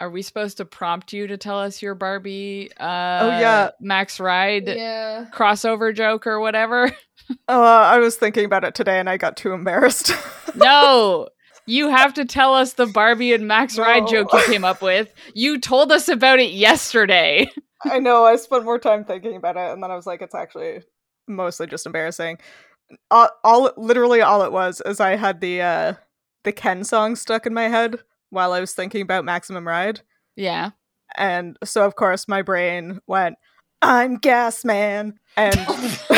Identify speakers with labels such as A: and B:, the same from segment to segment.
A: Are we supposed to prompt you to tell us your Barbie? Uh,
B: Oh, yeah.
A: Max Ride
C: Yeah.
A: crossover joke or whatever.
B: Uh, I was thinking about it today and I got too embarrassed.
A: no, you have to tell us the Barbie and Max Ride
B: No.
A: joke you came up with. You told us about it yesterday.
B: I know. I spent more time thinking about it, and then I was like, it's actually mostly just embarrassing. All, all literally all it was is I had the uh, the Ken song stuck in my head while I was thinking about Maximum Ride,
A: Yeah.
B: and so of course my brain went, "I'm Gas Man," and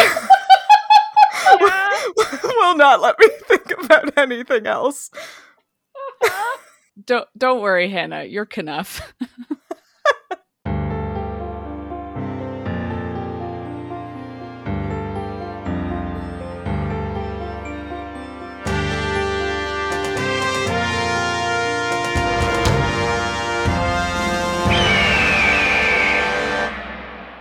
B: will not let me think about anything else.
A: Don't don't worry, Hannah. You're Knuff.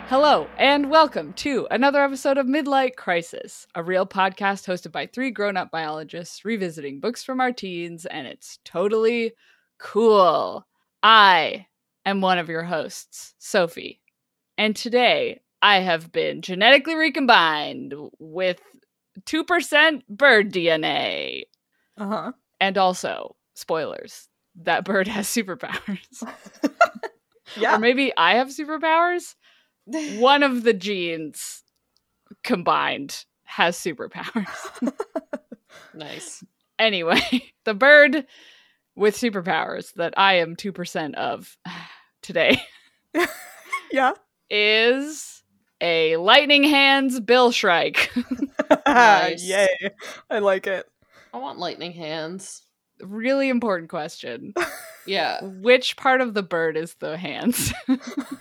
A: Hello, and welcome to another episode of Midlight Crisis, a real podcast hosted by three grown up biologists revisiting books from our teens, and it's totally cool. I am one of your hosts, Sophie, and today I have been genetically recombined with 2% bird DNA.
B: Uh huh.
A: And also, spoilers, that bird has superpowers. Or
B: Yeah.
A: maybe I have superpowers? one of the genes combined has superpowers.
C: nice.
A: anyway, the bird with superpowers that I am 2% of today
B: Yeah.
A: is a lightning hands Bill Shrike.
C: Nice.
B: Yay. I like it.
C: I want lightning hands.
A: really important question.
C: Yeah.
A: Which part of the bird is the hands?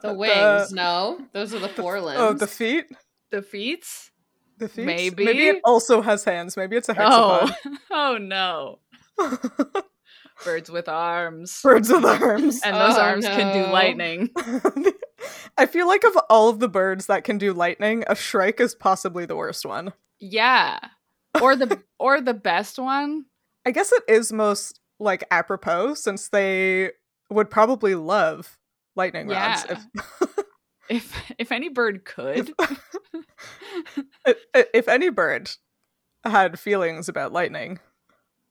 C: The wings, no? Those are the four limbs.
B: Oh, the feet?
A: the feet?
B: The feet?
A: Maybe.
B: Maybe it also has hands. Maybe it's a
A: Oh.
B: hexapod.
A: oh no. Oh. Birds with arms.
B: Birds with arms.
A: And those
C: Oh,
A: arms can do
C: no.
A: lightning.
B: I feel like of all of the birds that can do lightning, a shrike is possibly the worst one.
A: Yeah. Or the or the best one.
B: I guess it is most like apropos since they would probably love lightning rods.
A: Yeah. If if any bird could.
B: If, i- if any bird had feelings about lightning,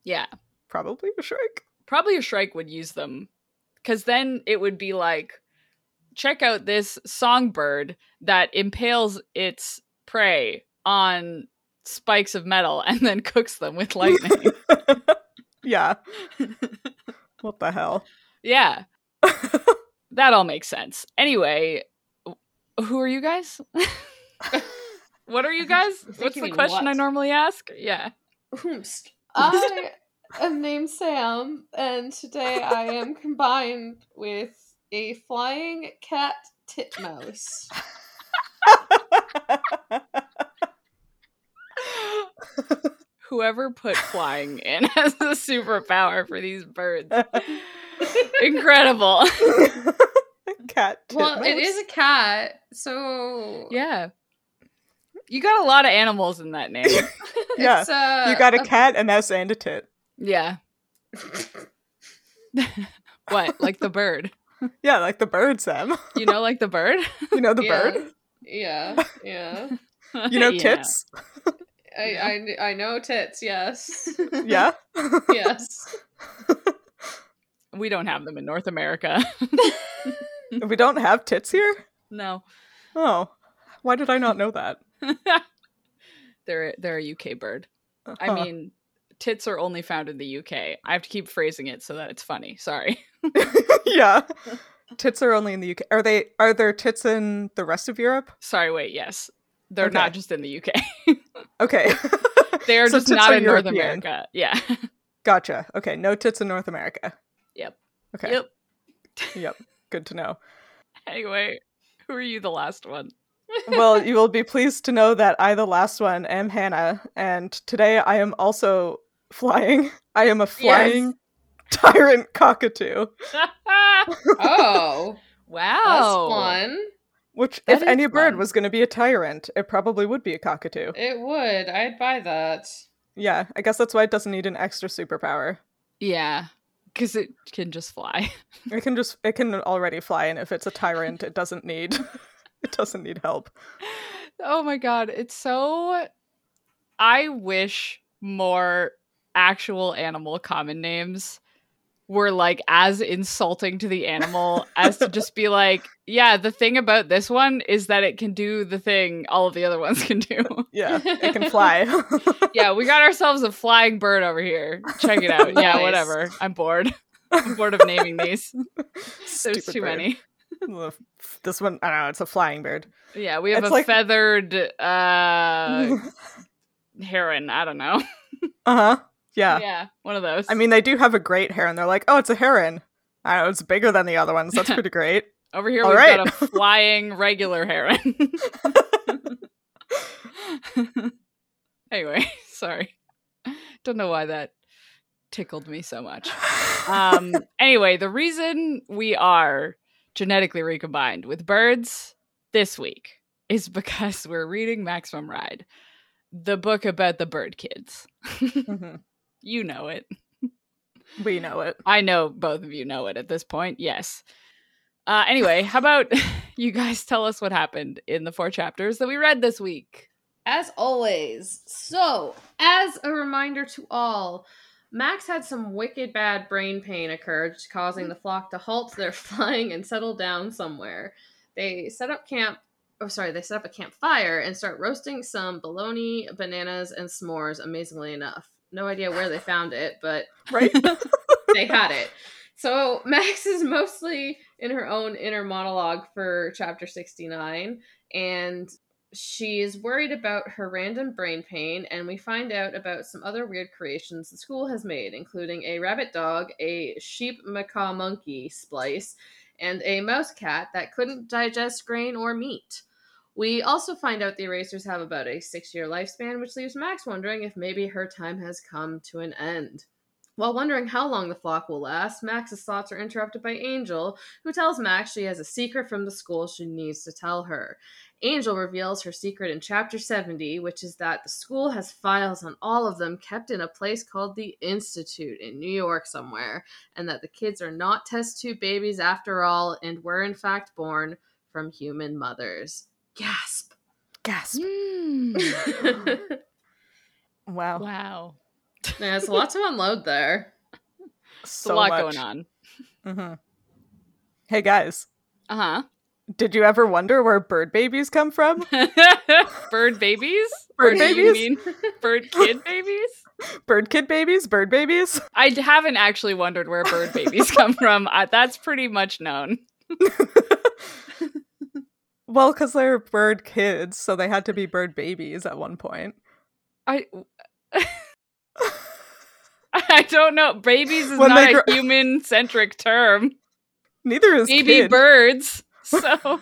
A: yeah.
B: probably a shrike.
A: Probably a shrike would use them. Cause then it would be like, check out this songbird that impales its prey on spikes of metal and then cooks them with lightning.
B: Yeah. what the hell?
A: yeah. That all makes sense. Anyway, wh- who are you guys? what are you guys?
C: I think
A: What's
C: you
A: the
C: mean
A: question I
C: what?
A: normally ask? Yeah.
C: Oomst. I am named Sam, and today I am combined with a flying cat titmouse.
A: Whoever put flying in as a superpower for these birds. Incredible.
B: Cat.
C: Well, it
B: titmouse?
C: is a cat, so
A: Yeah. You got a lot of animals in that name.
B: Yeah.
C: it's, uh,
B: You got a cat, a mouse, and a tit.
A: Yeah. What? Like the bird.
B: Yeah, like the bird, Sam.
A: You know, like the bird?
B: You know the
C: Yeah.
B: bird.
C: Yeah, yeah.
B: You know
A: Yeah.
B: tits.
C: I, I I know tits. Yes.
B: Yeah.
C: yes.
A: We don't have them in North America.
B: we don't have tits here.
A: no.
B: Oh, why did I not know that?
A: They're they're a UK bird. I
B: Huh.
A: mean, tits are only found in the UK. I have to keep phrasing it so that it's funny. Sorry.
B: yeah, tits are only in the UK. Are they? Are there tits in the rest of Europe?
A: Sorry, wait, yes. They're
B: Okay.
A: not just in the UK.
B: Okay,
A: They're
B: So
A: just
B: tits
A: not
B: are
A: in North
B: European.
A: America. Yeah.
B: gotcha. Okay, no tits in North America.
A: Yep.
B: Okay.
A: Yep.
B: Yep. Good to know.
A: Anyway, who are you the last one?
B: Well, you will be pleased to know that I, the last one, am Hannah, and today I am also flying. I am a flying tyrant cockatoo.
C: Oh,
A: wow.
C: that's fun.
B: Which,
A: That
B: if
A: is
B: any bird
A: fun.
B: was going to be a tyrant, it probably would be a cockatoo.
C: It would. I'd buy that.
B: Yeah, I guess that's why it doesn't need an extra superpower.
A: Yeah. because it can just fly.
B: It can just it can already fly, and if it's a tyrant, it doesn't need it doesn't need help.
A: Oh my god, it's so. I wish more actual animal common names were like as insulting to the animal as to just be like, yeah, the thing about this one is that it can do the thing all of the other ones can do.
B: Yeah, it can fly.
A: yeah, we got ourselves a flying bird over here. Check it out. Yeah,
C: Nice.
A: whatever. I'm bored. I'm bored of naming these. There's
B: Stupid
A: too
B: bird.
A: many.
B: Ugh, This one, I don't know. It's a flying bird.
A: Yeah, we have
B: It's
A: a
B: like-
A: feathered uh heron. I don't know.
B: Uh huh. Yeah.
A: yeah, one of those.
B: I mean, they do have a great heron. They're like, oh, it's a heron. I don't know. It's bigger than the other ones. That's pretty great.
A: over here
B: all
A: we've
B: right.
A: got a flying regular heron. anyway, sorry. Don't know why that tickled me so much. Um anyway, the reason we are genetically recombined with birds this week is because we're reading Maximum Ride, the book about the bird kids.
B: Mhm.
A: You know it.
B: We know it.
A: I know both of you know it at this point. Yes. Uh, anyway, how about you guys tell us what happened in the four chapters that we read this week?
C: As always. So, as a reminder to all, Max had some wicked bad brain pain occur, just causing the flock to halt their flying and settle down somewhere. They set up camp. Oh, sorry, they set up a campfire and start roasting some bologna, bananas, and s'mores, amazingly enough. No idea where they found it, but
B: Right?
C: they had it. So Max is mostly in her own inner monologue for chapter 69, and she is worried about her random brain pain, and we find out about some other weird creations the school has made, including a rabbit dog, a sheep macaw monkey splice, and a mouse cat that couldn't digest grain or meat. We also find out the erasers have about a six year lifespan, which leaves Max wondering if maybe her time has come to an end. While wondering how long the flock will last, Max's thoughts are interrupted by Angel, who tells Max she has a secret from the school she needs to tell her. Angel reveals her secret in Chapter 70, which is that the school has files on all of them kept in a place called the Institute in New York somewhere, and that the kids are not test tube babies after all and were in fact born from human mothers. Gasp!
B: Gasp. Hmm. Wow.
A: wow.
C: There's a lot to unload there.
A: It's a
B: So
A: lot
B: much.
A: going on.
B: Mhm. Hey, guys.
A: Uh
B: Did you ever wonder where bird babies come from?
A: huh. bird babies? Or
B: Bird
A: do
B: babies?
A: You mean bird kid babies?
B: Bird kid babies? Bird babies?
A: I d- haven't actually wondered where bird babies come from. Uh, that's pretty much known.
B: Well, because they were bird kids, so they had to be bird babies at one point.
A: I I don't know. Babies is
B: When
A: not
B: they
A: a
B: grow-
A: human centric term.
B: Neither is
A: Baby
B: kid.
A: birds. So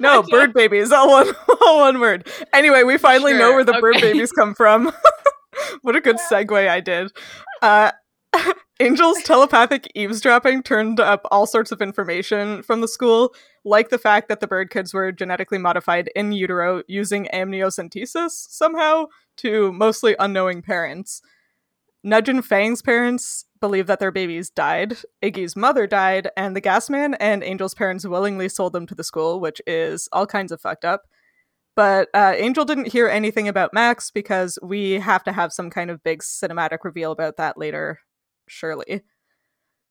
B: No, bird babies. All one, all one word. Anyway, we finally know
A: Sure,
B: where the bird
A: okay.
B: babies come from. what a good segue I did. Uh, Angel's telepathic eavesdropping turned up all sorts of information from the school, like the fact that the bird kids were genetically modified in utero using amniocentesis somehow to mostly unknowing parents. Nudge and Fang's parents believe that their babies died. Iggy's mother died, and the gas man and Angel's parents willingly sold them to the school, which is all kinds of fucked up. But uh, Angel didn't hear anything about Max because we have to have some kind of big cinematic reveal about that later, surely.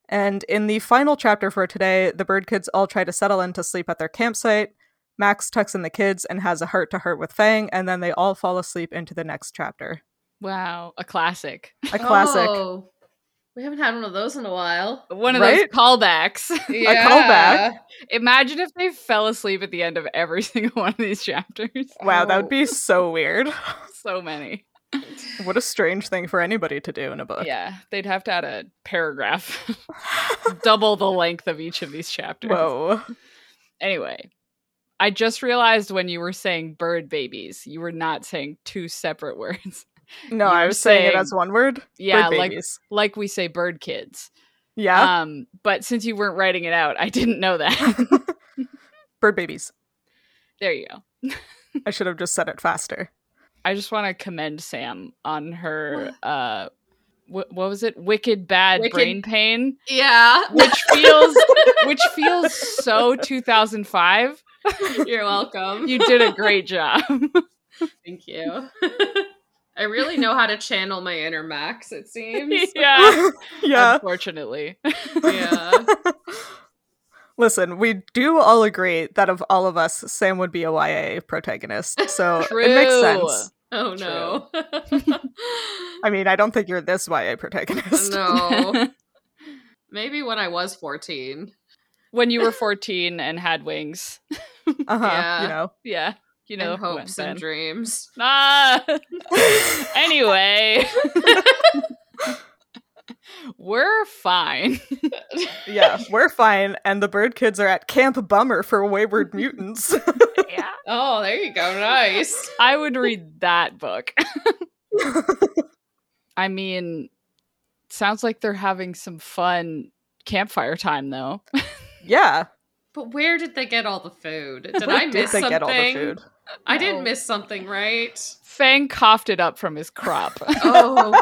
B: And in the final chapter for today, the bird kids all try to settle in to sleep at their campsite. Max tucks in the kids and has a heart to heart with Fang, and then they all fall asleep into the next chapter.
A: Wow, a classic.
B: A classic.
C: Oh, we haven't had one of those in a while.
A: One of
B: Right?
A: those callbacks.
B: callback.
A: Imagine if they fell asleep at the end of every single one of these chapters.
B: Wow, that
C: Oh.
B: would be so weird.
A: So many.
B: What a strange thing for anybody to do in a book.
A: Yeah, they'd have to add a paragraph, double the length of each of these chapters.
B: Whoa.
A: Anyway, I just realized when you were saying bird babies, you were not saying two separate words.
B: No,
A: You
B: I
A: were
B: was saying, it
A: saying-
B: as one word.
A: Yeah,
B: Bird
A: like
B: babies.
A: like we say bird kids.
B: yeah,
A: Um, but since you weren't writing it out, I didn't know that.
B: bird babies.
A: there you go.
B: I should have just said it faster.
A: I just want to commend Sam on her uh wh- what was it? Wicked bad
C: Wicked-
A: brain pain,
C: Yeah.
A: which feels which feels so 2005.
C: You're welcome.
A: You did a great job.
C: Thank you. I really know how to channel my inner Max, it seems.
A: yeah,
C: Ah. Um,
B: yeah.
A: unfortunately.
C: yeah.
B: Listen, we do all agree that of all of us, Sam would be a YA protagonist. So it makes
A: True.
B: sense.
C: Oh no.
B: I mean, I don't think you're this YA protagonist. Oh.
C: no. Maybe when I was 14.
A: When you were 14 and had wings.
B: Uh-huh,
C: Yeah.
B: You know.
A: Yeah, you know,
C: and hopes
A: when
C: and
A: then.
C: dreams.
A: Ah. anyway, we're fine.
B: yeah, we're fine. And the bird kids are at Camp Bummer for Wayward Mutants.
A: Yeah.
C: Oh, there you go. Nice.
A: I would read that book. I mean, sounds like they're having some fun campfire time though.
B: yeah.
C: But where did they get all the food? Did
B: where
C: I miss
B: they
C: something?
B: get all the food?
C: I
A: No.
C: did miss something, right?
A: Fang coughed it up from his crop.
C: Oh.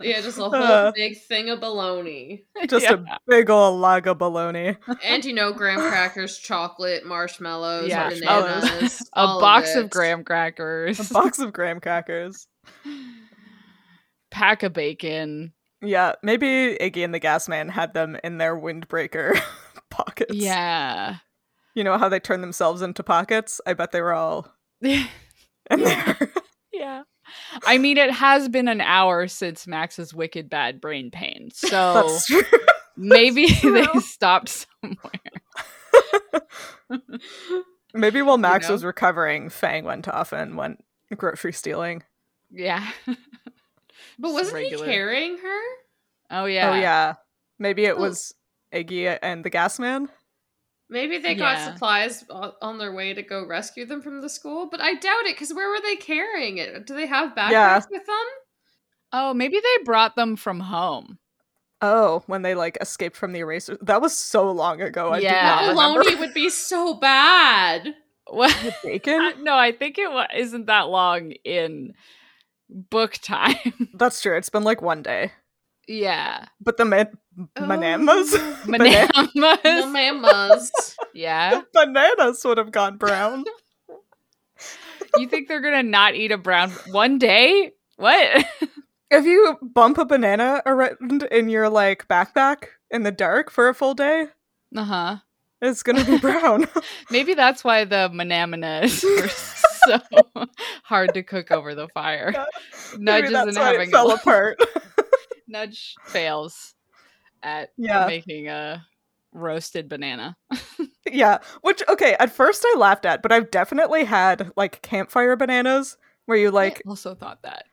C: yeah, just a whole
B: Uh.
C: big thing of baloney.
B: Just a big ol' log of baloney.
C: And you know, graham crackers, chocolate, marshmallows,
A: Yeah.
B: Marshmallows.
C: bananas.
A: a
C: all
A: box of,
C: it.
A: graham crackers,
B: A box of graham crackers.
A: pack of bacon.
B: Yeah, maybe Iggy and the Gas Man had them in their windbreaker pockets.
A: yeah.
B: You know how they turn themselves into pockets? I bet they were all in there.
A: yeah. I mean, it has been an hour since Max's wicked bad brain pain, so
B: That's true.
A: maybe they
B: true.
A: stopped somewhere.
B: Maybe while Max
C: know?
B: was recovering, Fang went off and went grocery stealing.
A: Yeah.
C: But
A: Just
C: wasn't
A: regular-
C: he carrying her?
A: Oh yeah.
B: Oh yeah. Maybe it
C: Oh.
B: was Iggy and the Gas Man.
C: Maybe they
A: Yeah.
C: got supplies o- on their way to go rescue them from the school, but I doubt it because where were they carrying it? Do they have backpacks
B: Yeah.
C: with them?
A: Oh, maybe they brought them from home.
B: Oh, when they like escaped from the eraser. That was so long ago. I
A: Yeah.
B: do
C: That
B: not remember.
C: baloney would be so bad.
A: What?
B: Bacon?
A: no, I think it wa- isn't that long in book time.
B: That's true. It's been like one day.
A: yeah.
B: But the man-
A: Oh.
B: bananas?
C: Oh.
B: Bana-
C: The
A: Bananas.
C: mamas.
A: yeah.
B: bananas would have gone brown.
A: You think they're going to not eat a brown one day? What?
B: If you bump a banana around in your like backpack in the dark for a full day,
A: Uh huh.
B: it's gonna be brown.
A: Maybe that's why the manamanas were so hard to cook over the fire. Nudge
B: Maybe
A: isn't
B: that's why
A: having a
B: it fell
A: lo-
B: apart.
A: Nudge fails at
B: yeah,
A: making a roasted banana.
B: yeah. Which okay, at first I laughed at, but I've definitely had like campfire bananas where you like,
A: I also thought that.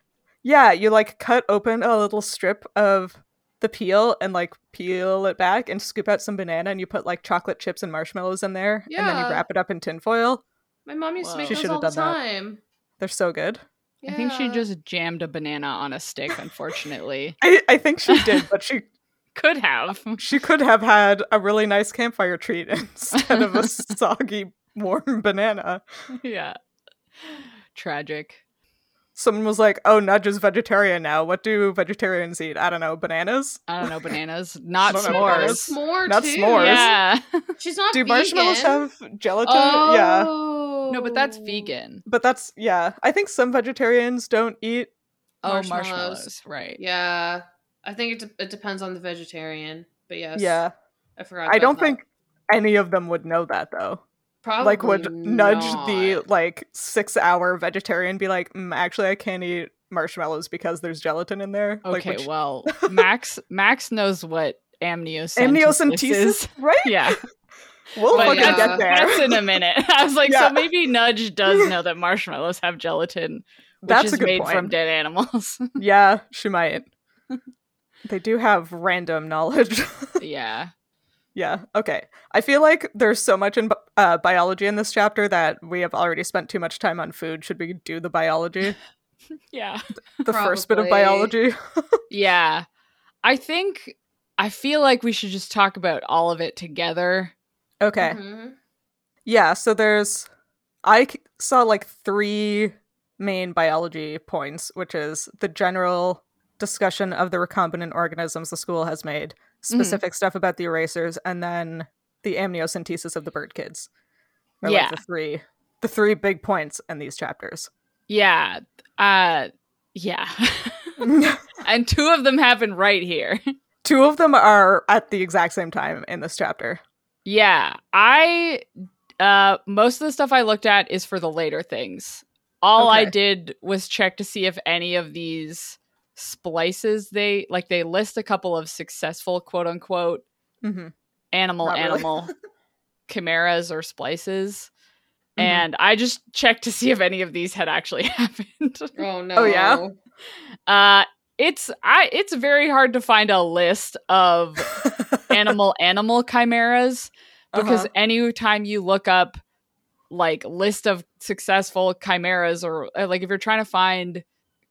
B: yeah, you like cut open a little strip of the peel and like peel it back and scoop out some banana and you put like chocolate chips and marshmallows in there and then you
C: Yeah.
B: wrap it up in tinfoil.
C: My mom used
A: Wow.
C: to make
A: She
C: those
B: should've
C: all the
B: done that.
C: time.
B: They're so good.
A: I think she
C: Yeah.
A: just jammed a banana on a stick, unfortunately.
B: I, I think she did, but she
A: Could have.
B: She could have had a really nice campfire treat instead of a soggy, warm banana.
A: yeah. Tragic.
B: Someone was like, "Oh, Nudge is vegetarian now. What do vegetarians eat? I don't know, bananas.
A: I don't know, bananas. Not
B: Not
C: She had a
A: s'mores.
C: S'more
B: Not
C: too.
B: s'mores.
A: Yeah.
C: She's not
B: Do
C: vegan.
B: marshmallows have gelatin? Yeah,
C: Oh.
A: No, but that's vegan.
B: but that's yeah. I think some vegetarians don't eat.
A: Oh, marshmallows.
C: Marshmallows.
A: Right.
C: Yeah. I think it, de- it depends on the vegetarian. But yes.
B: Yeah,
C: I forgot.
B: I
C: about
B: don't
C: that.
B: think any of them would know that though.
C: Probably
B: like, would Nudge the
C: not.
B: like six-hour vegetarian be like, mm, "Actually, I can't eat marshmallows because there's gelatin in there." like,
A: Okay,
B: which-
A: well, Max Max knows what amniocentesis,
B: amniocentesis,
A: is.
B: right?
A: Yeah,
B: We'll
A: but
B: fucking
C: yeah,
B: get there.
A: that's in a minute. I was like,
B: Yeah.
A: so maybe Nudge does know that marshmallows have gelatin, which
B: That's
A: is
B: a good
A: made
B: point.
A: from dead animals.
B: yeah, she might. they do have random knowledge.
A: yeah,
B: yeah. Okay. I feel like there's so much in bi- uh, biology in this chapter that we have already spent too much time on food. Should we do the biology?
A: yeah,
B: The first bit of
C: Probably.
B: biology.
A: yeah. I think I feel like we should just talk about all of it together. Mm-hmm.
B: Okay.
C: Mhm.
B: Yeah. So there's, I c- saw like three main biology points, which is the general discussion of the recombinant organisms the school has made,
A: Mm-hmm.
B: specific stuff about the erasers, and then the amniocentesis of the bird kids. Are,
A: Yeah.
B: Like the three the three big points in these chapters.
A: Yeah. Uh yeah. and two of them happen right here.
B: Two of them are at the exact same time in this chapter.
A: Yeah. I uh most of the stuff I looked at is for the later things. All I
B: Okay.
A: did was check to see if any of these splices they like they list a couple of successful quote unquote
B: Mm-hmm.
A: animal
B: Not really.
A: animal chimeras or splices.
B: Mm-hmm.
A: And I just checked to see if any of these had actually happened.
C: Oh no.
B: Oh, yeah?
A: Uh it's I it's very hard to find a list of animal animal chimeras
B: Uh-huh.
A: because any time you look up like list of successful chimeras or uh, like if you're trying to find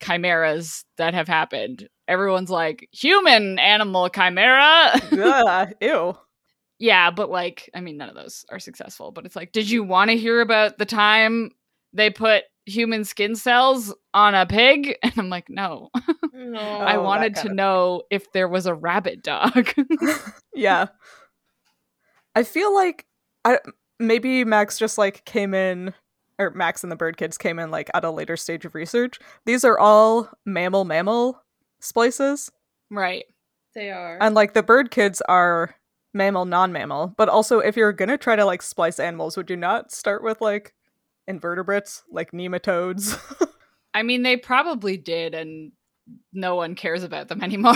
A: chimeras that have happened, everyone's like human animal chimera.
B: yeah, ew.
A: yeah, but like I mean none of those are successful, but it's like did you want to hear about the time they put human skin cells on a pig? And I'm like, "No,
C: No.
A: I
B: Oh, that
A: wanted
B: kind
A: to
B: of-
A: know if there was a rabbit dog.
B: yeah. I feel like I maybe Max just like came in or Max and the bird kids came in like at a later stage of research. These are all mammal mammal splices
A: right.
C: they are.
B: and like the bird kids are mammal non-mammal, but also if you're going to try to like splice animals, would you not start with like invertebrates, like nematodes?
A: I mean, they probably did, and no one cares about them anymore.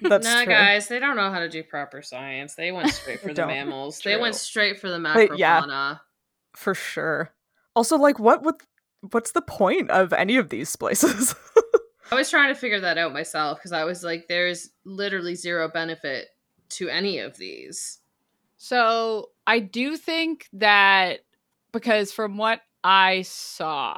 B: That's
C: nah,
B: true.
C: guys, they don't know how to do proper science. They went straight for the
B: don't.
C: mammals. They went
A: True.
C: straight for the
B: But, yeah.
C: macrofauna.
B: For sure. Also like what would what's the point of any of these splices?
C: I was trying to figure that out myself because I was like, there's literally zero benefit to any of these.
A: so I do think that because from what I saw,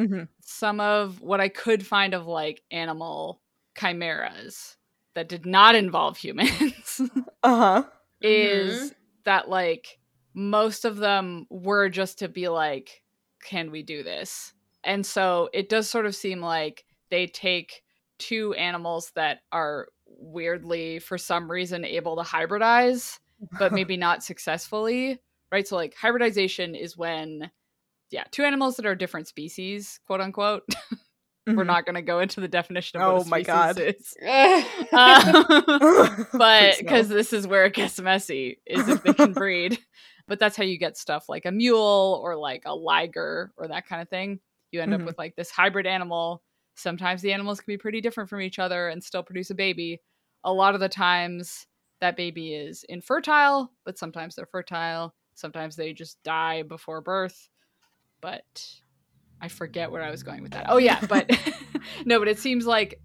A: Mm-hmm.
B: mhm.
A: some of what I could find of like animal chimeras that did not involve humans
B: Uh-huh.
A: is that like most of them were just to be like, can we do this? And so it does sort of seem like they take two animals that are weirdly, for some reason, able to hybridize, but maybe not successfully, right? So, like, hybridization is when, yeah, two animals that are different species, quote unquote. We're
B: Mhm.
A: not going to go into the definition of
B: Oh
A: what a
B: my
A: species
B: God.
A: is.
C: Mm.
A: Um, but
B: Please no.
A: because this is where it gets messy is if they can breed but that's how you get stuff like a mule or like a liger or that kind of thing you end
B: Mhm.
A: up with like this hybrid animal sometimes the animals can be pretty different from each other and still produce a baby a lot of the times that baby is infertile but sometimes they're fertile sometimes they just die before birth but i forget where i was going with that oh yeah but no but it seems like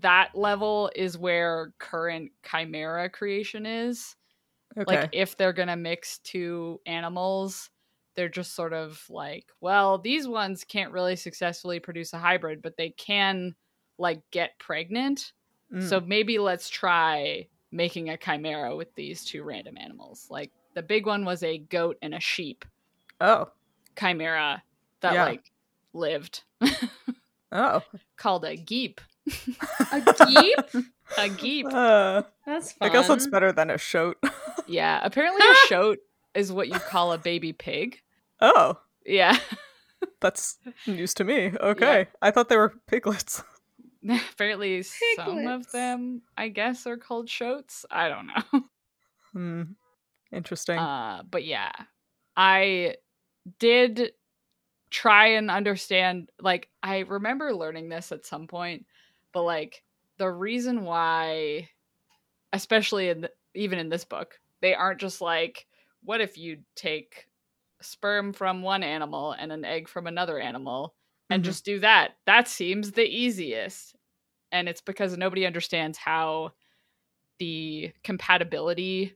A: that level is where current chimera creation is.
B: okay.
A: Like if they're gonna mix two animals, they're just sort of like, well, these ones can't really successfully produce a hybrid, but they can like get pregnant.
B: Mm.
A: So maybe let's try making a chimera with these two random animals. Like the big one was a goat and a sheep
B: oh
A: chimera that
B: Yeah.
A: like lived
B: oh
A: called a geep.
C: a geep?
A: A geep.
B: Uh,
C: That's
B: I
C: fun.
B: guess that's better than a shoat.
A: Yeah, apparently a shoat is what you call a baby pig.
B: oh,
A: Yeah.
B: that's news to me. Okay, I thought they were piglets.
A: apparently some of
C: Piglets.
A: them, I guess, are called shoats. I don't know.
B: Hmm. Interesting.
A: Uh, but yeah, I did try and understand. Like, I remember learning this at some point, but like the reason why, especially in the, even in this book, they aren't just like, what if you take sperm from one animal and an egg from another animal and
B: Mhm.
A: just do that? That seems the easiest. And it's because nobody understands how the compatibility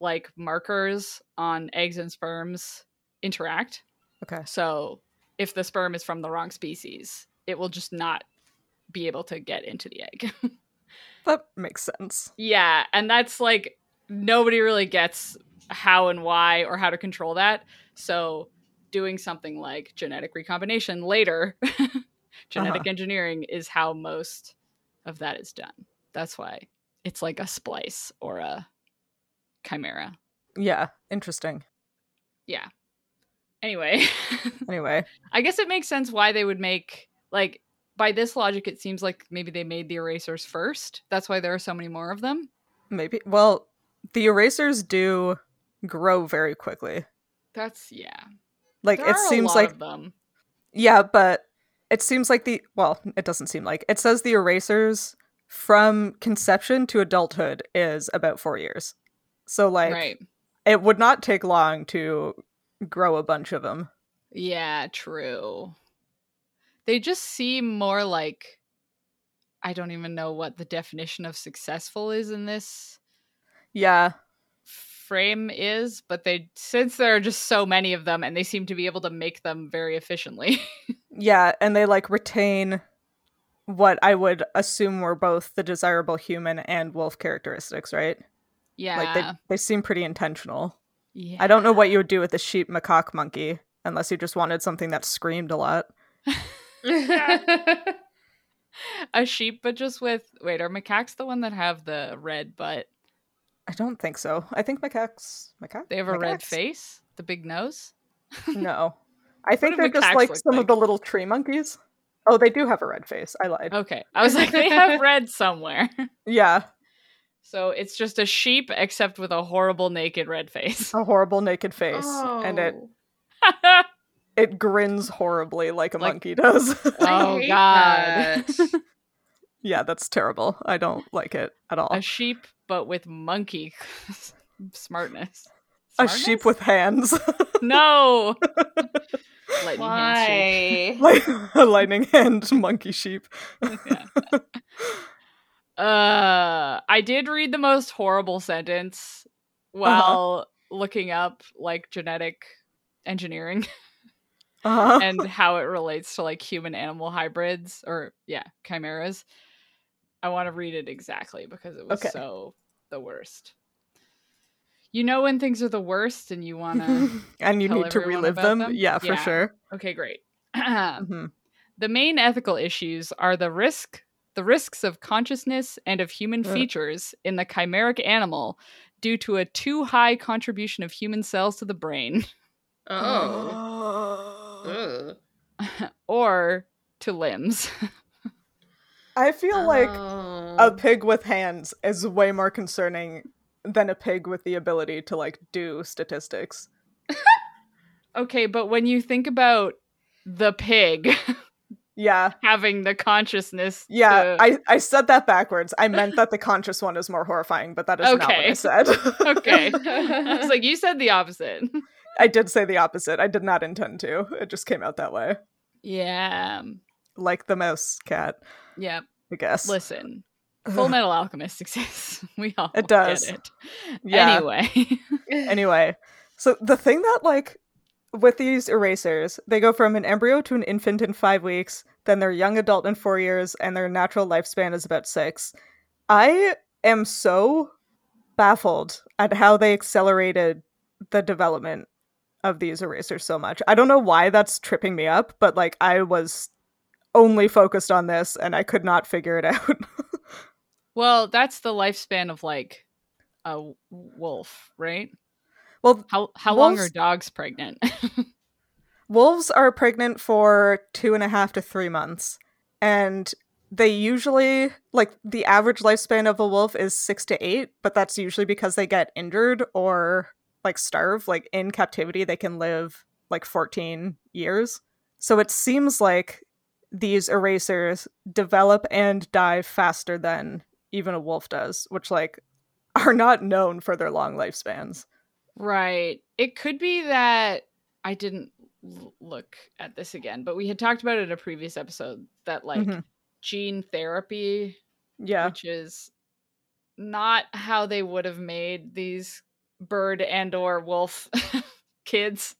A: like markers on eggs and sperms interact.
B: okay.
A: So if the sperm is from the wrong species, it will just not be able to get into the egg.
B: That makes sense.
A: yeah, and that's like nobody really gets how and why or how to control that. So doing something like genetic recombination later, genetic
B: Uh-huh.
A: engineering is how most of that is done. That's why it's like a splice or a chimera.
B: Yeah, interesting.
A: Yeah. Anyway,
B: Anyway,
A: I guess it makes sense why they would make like by this logic it seems like maybe they made the erasers first. That's why there are so many more of them.
B: maybe. Well, the erasers do grow very quickly.
A: That's yeah.
B: Like
A: There
B: it
A: are a
B: seems
A: lot
B: like
A: of them.
B: Yeah, but it seems like the well, it doesn't seem like it says the erasers from conception to adulthood is about four years. So like
A: right.
B: it would not take long to grow a bunch of them.
A: Yeah, true. They just seem more like I don't even know what the definition of successful is in this
B: Yeah,
A: frame is, but they since there are just so many of them and they seem to be able to make them very efficiently.
B: yeah, and they like retain what I would assume were both the desirable human and wolf characteristics, right?
A: yeah.
B: Like they they seem pretty intentional.
A: yeah.
B: I don't know what you would do with a sheep, macaque, monkey, unless you just wanted something that screamed a lot.
A: a sheep, but just with wait, are macaques the one that have the red butt?
B: I don't think so. I think macaques. Macaque?
A: They have a red
B: macaques?
A: face, the big nose.
B: No, I think
A: do
B: they're just
A: macaques
B: like
A: look
B: some
A: like?
B: of the little tree monkeys. Oh, they do have a red face. I lied.
A: Okay, I was like they have red somewhere.
B: Yeah,
A: So it's just a sheep except with a horrible naked red face.
B: a horrible naked face, and it
C: Oh.
B: it grins horribly like a
A: Oh. Like-
B: monkey does.
C: I
A: Oh,
C: hate
A: God.
C: that.
B: yeah, that's terrible. I don't like it at all.
A: a sheep but with monkey smartness.
B: A
A: Smartness?
B: sheep with hands,
A: no lightning hand
C: Why?
B: like a lightning hand monkey sheep.
A: sheep. Yeah. Uh, I did read the most horrible sentence
B: Uh-huh.
A: while looking up like genetic engineering
B: Uh-huh.
A: and how it relates to like human animal hybrids or yeah chimeras. I want to read it exactly because it was
B: Okay.
A: so the worst. You know when things are the worst and you want to
B: and you
A: tell
B: need to
A: everyone
B: relive
A: about
B: them.
A: them?
B: Yeah, for
A: Yeah.
B: sure.
A: Okay, great.
B: Mhm.
A: The main ethical issues are the risk, the risks of consciousness and of human
B: Ugh.
A: features in the chimeric animal due to a too high contribution of human cells to the brain
C: Oh.
B: Oh.
C: Ugh.
A: or to limbs.
B: I feel like
C: Oh.
A: Mm-hmm.
B: a pig with hands is way more concerning than a pig with the ability to like do statistics.
A: okay, but when you think about the pig
B: Yeah.
A: having the consciousness
B: Yeah,
A: to-
B: I, I said that backwards. I meant that the conscious one is more horrifying, but that is not what I
A: Okay.
B: said.
A: okay i was like you said the opposite
B: I did say the opposite. I did not intend to. It just came out that way.
A: yeah
B: Like the mouse cat,
A: yeah
B: I guess.
A: listen full metal alchemist exists we all
B: It does.
A: get it.
B: Yeah.
A: anyway
B: anyway, so the thing that like with these erasers, they go from an embryo to an infant in five weeks, then they're young adult in four years, and their natural lifespan is about six. I am so baffled at how they accelerated the development of these erasers so much. I don't know why that's tripping me up, but like I was only focused on this and I could not figure it out.
A: Well, that's the lifespan of like a w- wolf, right?
B: well,
A: How how long are
B: Wolves-
A: dogs pregnant?
B: Wolves are pregnant for two and a half to three months, and they usually like the average lifespan of a wolf is six to eight, but that's usually because they get injured or like starve. Like in captivity, they can live like 14 years. So it seems like these erasers develop and die faster than even a wolf does, which like are not known for their long lifespans.
A: right. It could be that I didn't l- look at this again, but we had talked about it in a previous episode that like
B: Mhm.
A: gene therapy,
B: Yeah.
A: which is not how they would have made these bird and or wolf kids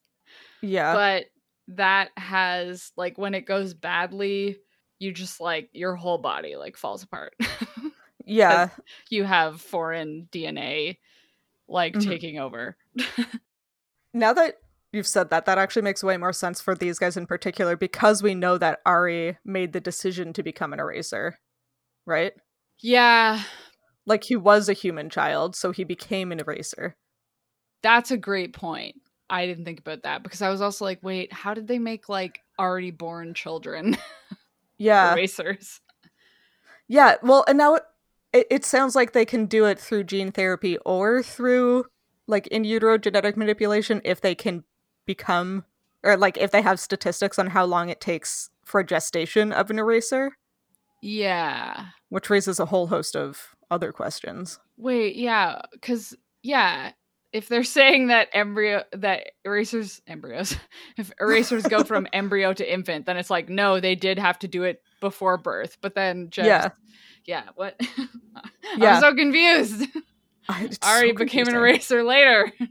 B: Yeah.
A: but that has like when it goes badly you just like your whole body like falls apart
B: yeah.
A: you have foreign dna like
B: Mhm.
A: taking over
B: now that you've said that, that actually makes way more sense for these guys in particular because we know that Ari made the decision to become an eraser. right?
A: Yeah,
B: Like he was a human child, so he became an eraser.
A: that's a great point. I didn't think about that because I was also like, wait, how did they make like already born children
B: Yeah.
A: erasers?
B: Yeah. Well, and now it, it, it sounds like they can do it through gene therapy or through like in utero genetic manipulation if they can become or like if they have statistics on how long it takes for gestation of an eraser,
A: Yeah.
B: which raises a whole host of other questions.
A: Wait, yeah, because yeah, if they're saying that embryo that erasers embryos, if erasers go from embryo to infant, then it's like no, they did have to do it before birth. But then just
B: Yeah.
A: yeah, what?
B: Yeah.
A: I'm so confused.
B: I- it's
A: Already
B: so
A: became an
B: confusing.
A: eraser later.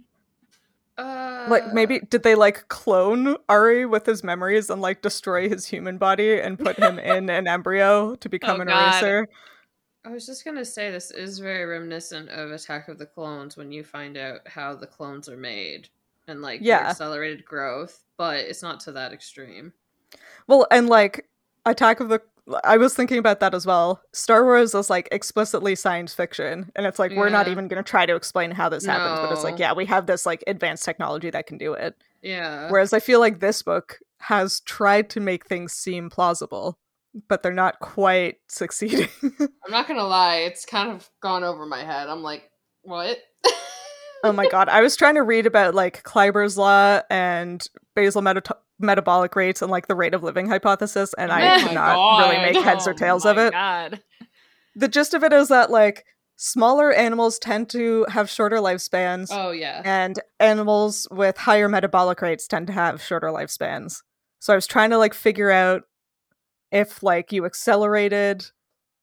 C: Uh,
B: Like maybe did they like clone Ari with his memories and like destroy his human body and put him in an embryo to become
A: Oh,
B: an
A: God.
B: eraser?
C: I was just gonna say this is very reminiscent of Attack of the Clones when you find out how the clones are made and like their
B: Yeah.
C: accelerated growth, but it's not to that extreme.
B: Well, and like Attack of the I was thinking about that as well. Star Wars is like explicitly science fiction, and it's like we're not
C: Yeah.
B: even going to try to explain how this happens, but it's like
C: No.
B: yeah, we have this like advanced technology that can do it.
C: Yeah.
B: Whereas I feel like this book has tried to make things seem plausible, but they're not quite succeeding.
C: I'm not gonna lie, it's kind of gone over my head. I'm like, what?
B: oh my god, I was trying to read about like Kleiber's law and basal meta- metabolic rates and like the rate of living hypothesis, and I
A: Oh
B: could
A: my
B: not really
C: God.
B: make heads or
A: Oh
B: tails of
A: my
B: it.
A: God.
B: the gist of it is that like smaller animals tend to have shorter lifespans
C: oh yeah.
B: and animals with higher metabolic rates tend to have shorter lifespans so i was trying to like figure out if like you accelerated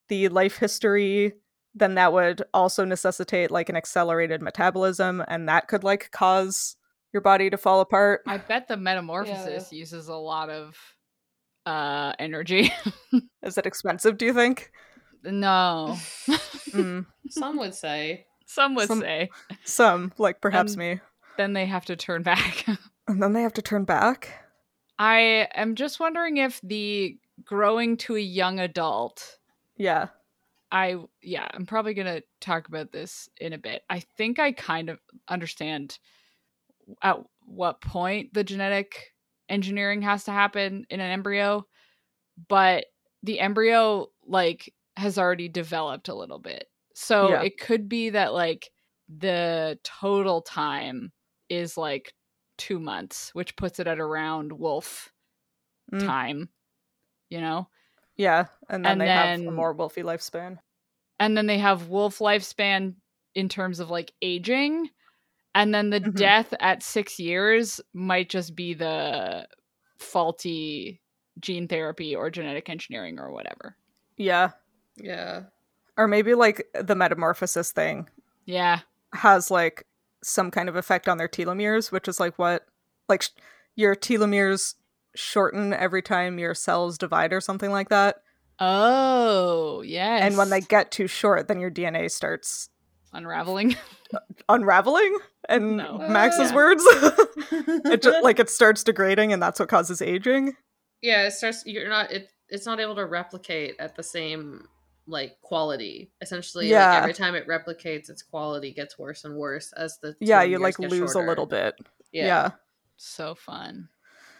B: the life history then that would also necessitate like an accelerated metabolism and that could like cause your body to fall apart
A: I bet the metamorphosis uses a lot of uh energy.
B: is it expensive do you think
A: no.
B: Mm,
C: Some would say.
A: Some would
B: Some-
A: say.
B: some like perhaps
A: Um,
B: me
A: Then they have to turn back.
B: and then they have to turn back
A: I am just wondering if the growing to a young adult.
B: yeah
A: I yeah, I'm probably going to talk about this in a bit. I think I kind of understand at what point the genetic engineering has to happen in an embryo, but the embryo like has already developed a little bit. So
B: Yeah.
A: it could be that like the total time is like 2 months, which puts it at around wolf
B: Mm.
A: time, you know?
B: Yeah, and then
A: And
B: they have a
A: then-
B: more wolfy lifespan.
A: and then they have wolf lifespan in terms of like aging and then the
B: Mhm.
A: death at six years might just be the faulty gene therapy or genetic engineering or whatever
B: Yeah,
C: Yeah.
B: or maybe like the metamorphosis thing
A: yeah
B: has like some kind of effect on their telomeres, which is like what like sh- your telomeres shorten every time your cells divide or something like that.
A: oh yes
B: And when they get too short, then your DNA starts
A: unraveling
B: unraveling. And
A: No.
B: Max's
C: Yeah.
B: words, it just like it starts degrading, and that's what causes aging.
C: Yeah, it starts you're not it it's not able to replicate at the same like quality. Essentially,
B: Yeah.
C: like every time it replicates its quality gets worse and worse as the
B: Yeah, you
C: telomeres
B: like
C: get
B: lose
C: shorter.
B: a little bit.
C: Yeah.
A: so fun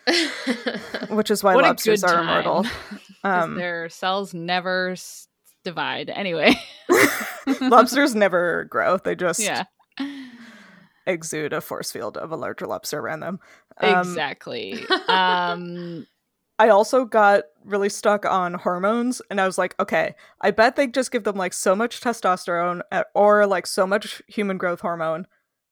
A: Uh,
B: yeah, which is why
A: what a
B: lobsters
A: good
B: are
A: time.
B: immortal.
A: 'Cause
B: Um,
A: their cells never s- divide anyway
B: lobsters never grow they just
A: yeah
B: Um, exude a force field of a larger lobster around them Um,
A: exactly um
B: i also got really stuck on hormones and i was like okay i bet they just give them like so much testosterone uh, or like so much human growth hormone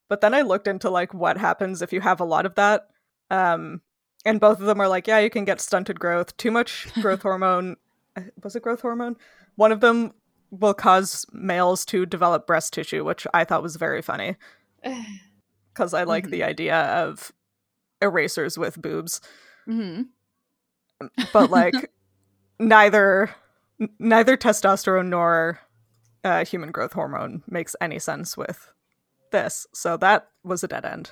B: but then i looked into like what happens if you have a lot of that um and both of them are like yeah you can get stunted growth too much growth hormone uh, was it growth hormone one of them will cause males to develop breast tissue which i thought was very funny because I like the idea of erasers with boobs,
A: mhm.
B: but like neither n- neither testosterone nor uh, human growth hormone makes any sense with this. So that was a dead end.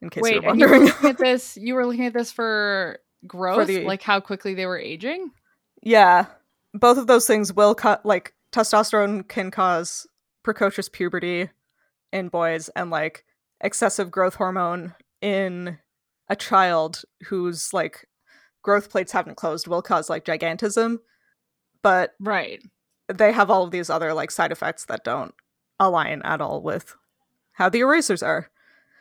B: In case you're
A: Wait, and you were
B: wondering,
A: looking at this. You were looking at this for growth,
B: the-
A: like how quickly they were aging.
B: yeah, both of those things will cut like testosterone can cause precocious puberty in boys and like excessive growth hormone in a child whose like growth plates haven't closed will cause like gigantism but
A: Right.
B: they have all of these other like side effects that don't align at all with how the erasers are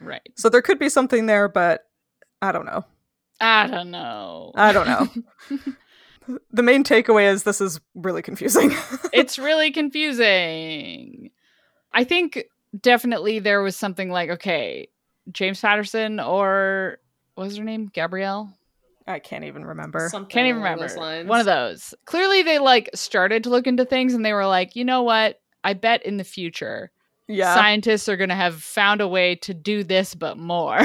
A: Right.
B: so there could be something there but i don't know
A: I don't know.
B: I don't know. the main takeaway is this is really confusing
A: it's really confusing. I think definitely there was something like, okay, James Patterson or what was her name? Gabrielle?
B: i can't even remember
C: Something
A: Can't even
C: along
A: remember.
C: those lines.
A: One of those. Clearly they like started to look into things and they were like, you know what? I bet in the future
B: yeah
A: scientists are gonna have found a way to do this but more.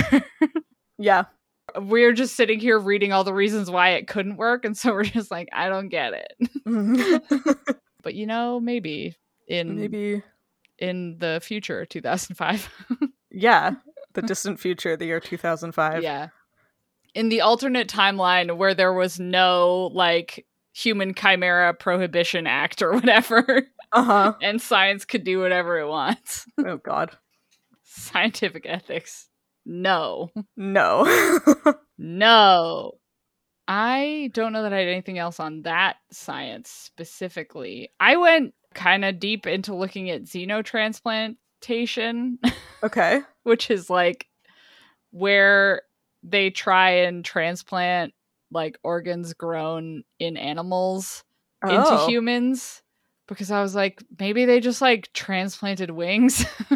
B: yeah
A: we're just sitting here reading all the reasons why it couldn't work, and so we're just like, I don't get it.
B: Mhm.
A: But you know, maybe in
B: maybe
A: in the future, 2005.
B: yeah the distant future the year 2005
A: yeah. In the alternate timeline where there was no like human chimera prohibition act or whatever,
B: uh-huh
A: and science could do whatever it wants.
B: oh god
A: Scientific ethics. No.
B: no
A: No. I don't know that I had anything else on that science specifically. I went kind of deep into looking at xenotransplantation,
B: okay
A: which is like where they try and transplant like organs grown in animals into
B: Oh.
A: humans because I was like maybe they just like transplanted wings,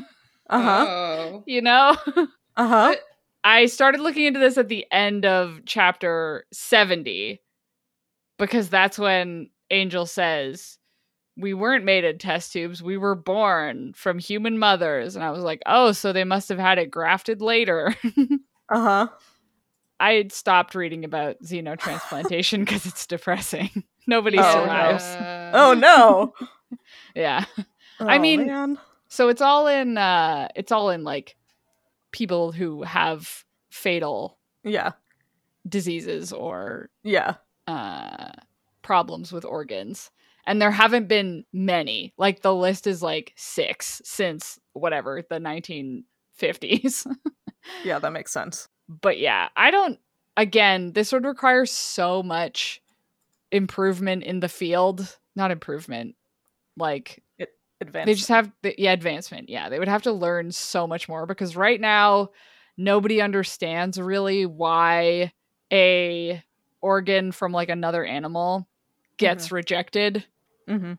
B: uh-huh
C: Oh.
A: you know? uh,
B: uh-huh
A: I started looking into this at the end of chapter 70 because that's when Angel says, We weren't made in test tubes. We were born from human mothers. And I was like, Oh, so they must have had it grafted later. uh,
B: uh-huh
A: I had stopped reading about xenotransplantation because it's depressing. Nobody
B: Oh,
A: survives.
B: oh no
A: Yeah. I
B: Oh,
A: mean-
B: man.
A: So it's all in uh it's all in like people who have fatal
B: yeah
A: diseases or
B: yeah
A: uh problems with organs and there haven't been many like the list is like six since whatever the 1950s
B: yeah that makes sense
A: but yeah i don't again this would require so much improvement in the field not improvement like
B: advanced
A: they just have the, yeah advancement yeah they would have to learn so much more because right now nobody understands really why a organ from like another animal gets rejected
B: mm-hmm.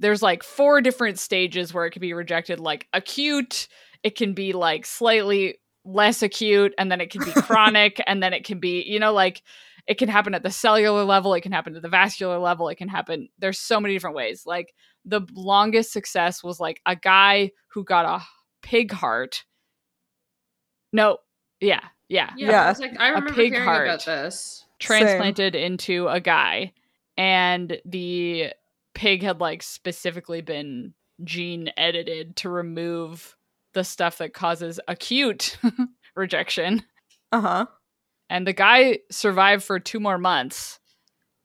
A: there's like four different stages where it can be rejected like acute it can be like slightly less acute and then it can be chronic and then it can be you know like it can happen at the cellular level it can happen at the vascular level it can happen there's so many different ways like the longest success was like a guy who got a pig heart no yeah yeah
C: Yeah.
B: Yeah.
C: I, was like, I remember
A: pig
C: hearing
A: heart.
C: about this.
A: transplanted into a guy and the pig had like specifically been gene edited to remove the stuff that causes acute rejection
B: uh-huh
A: and the guy survived for two more months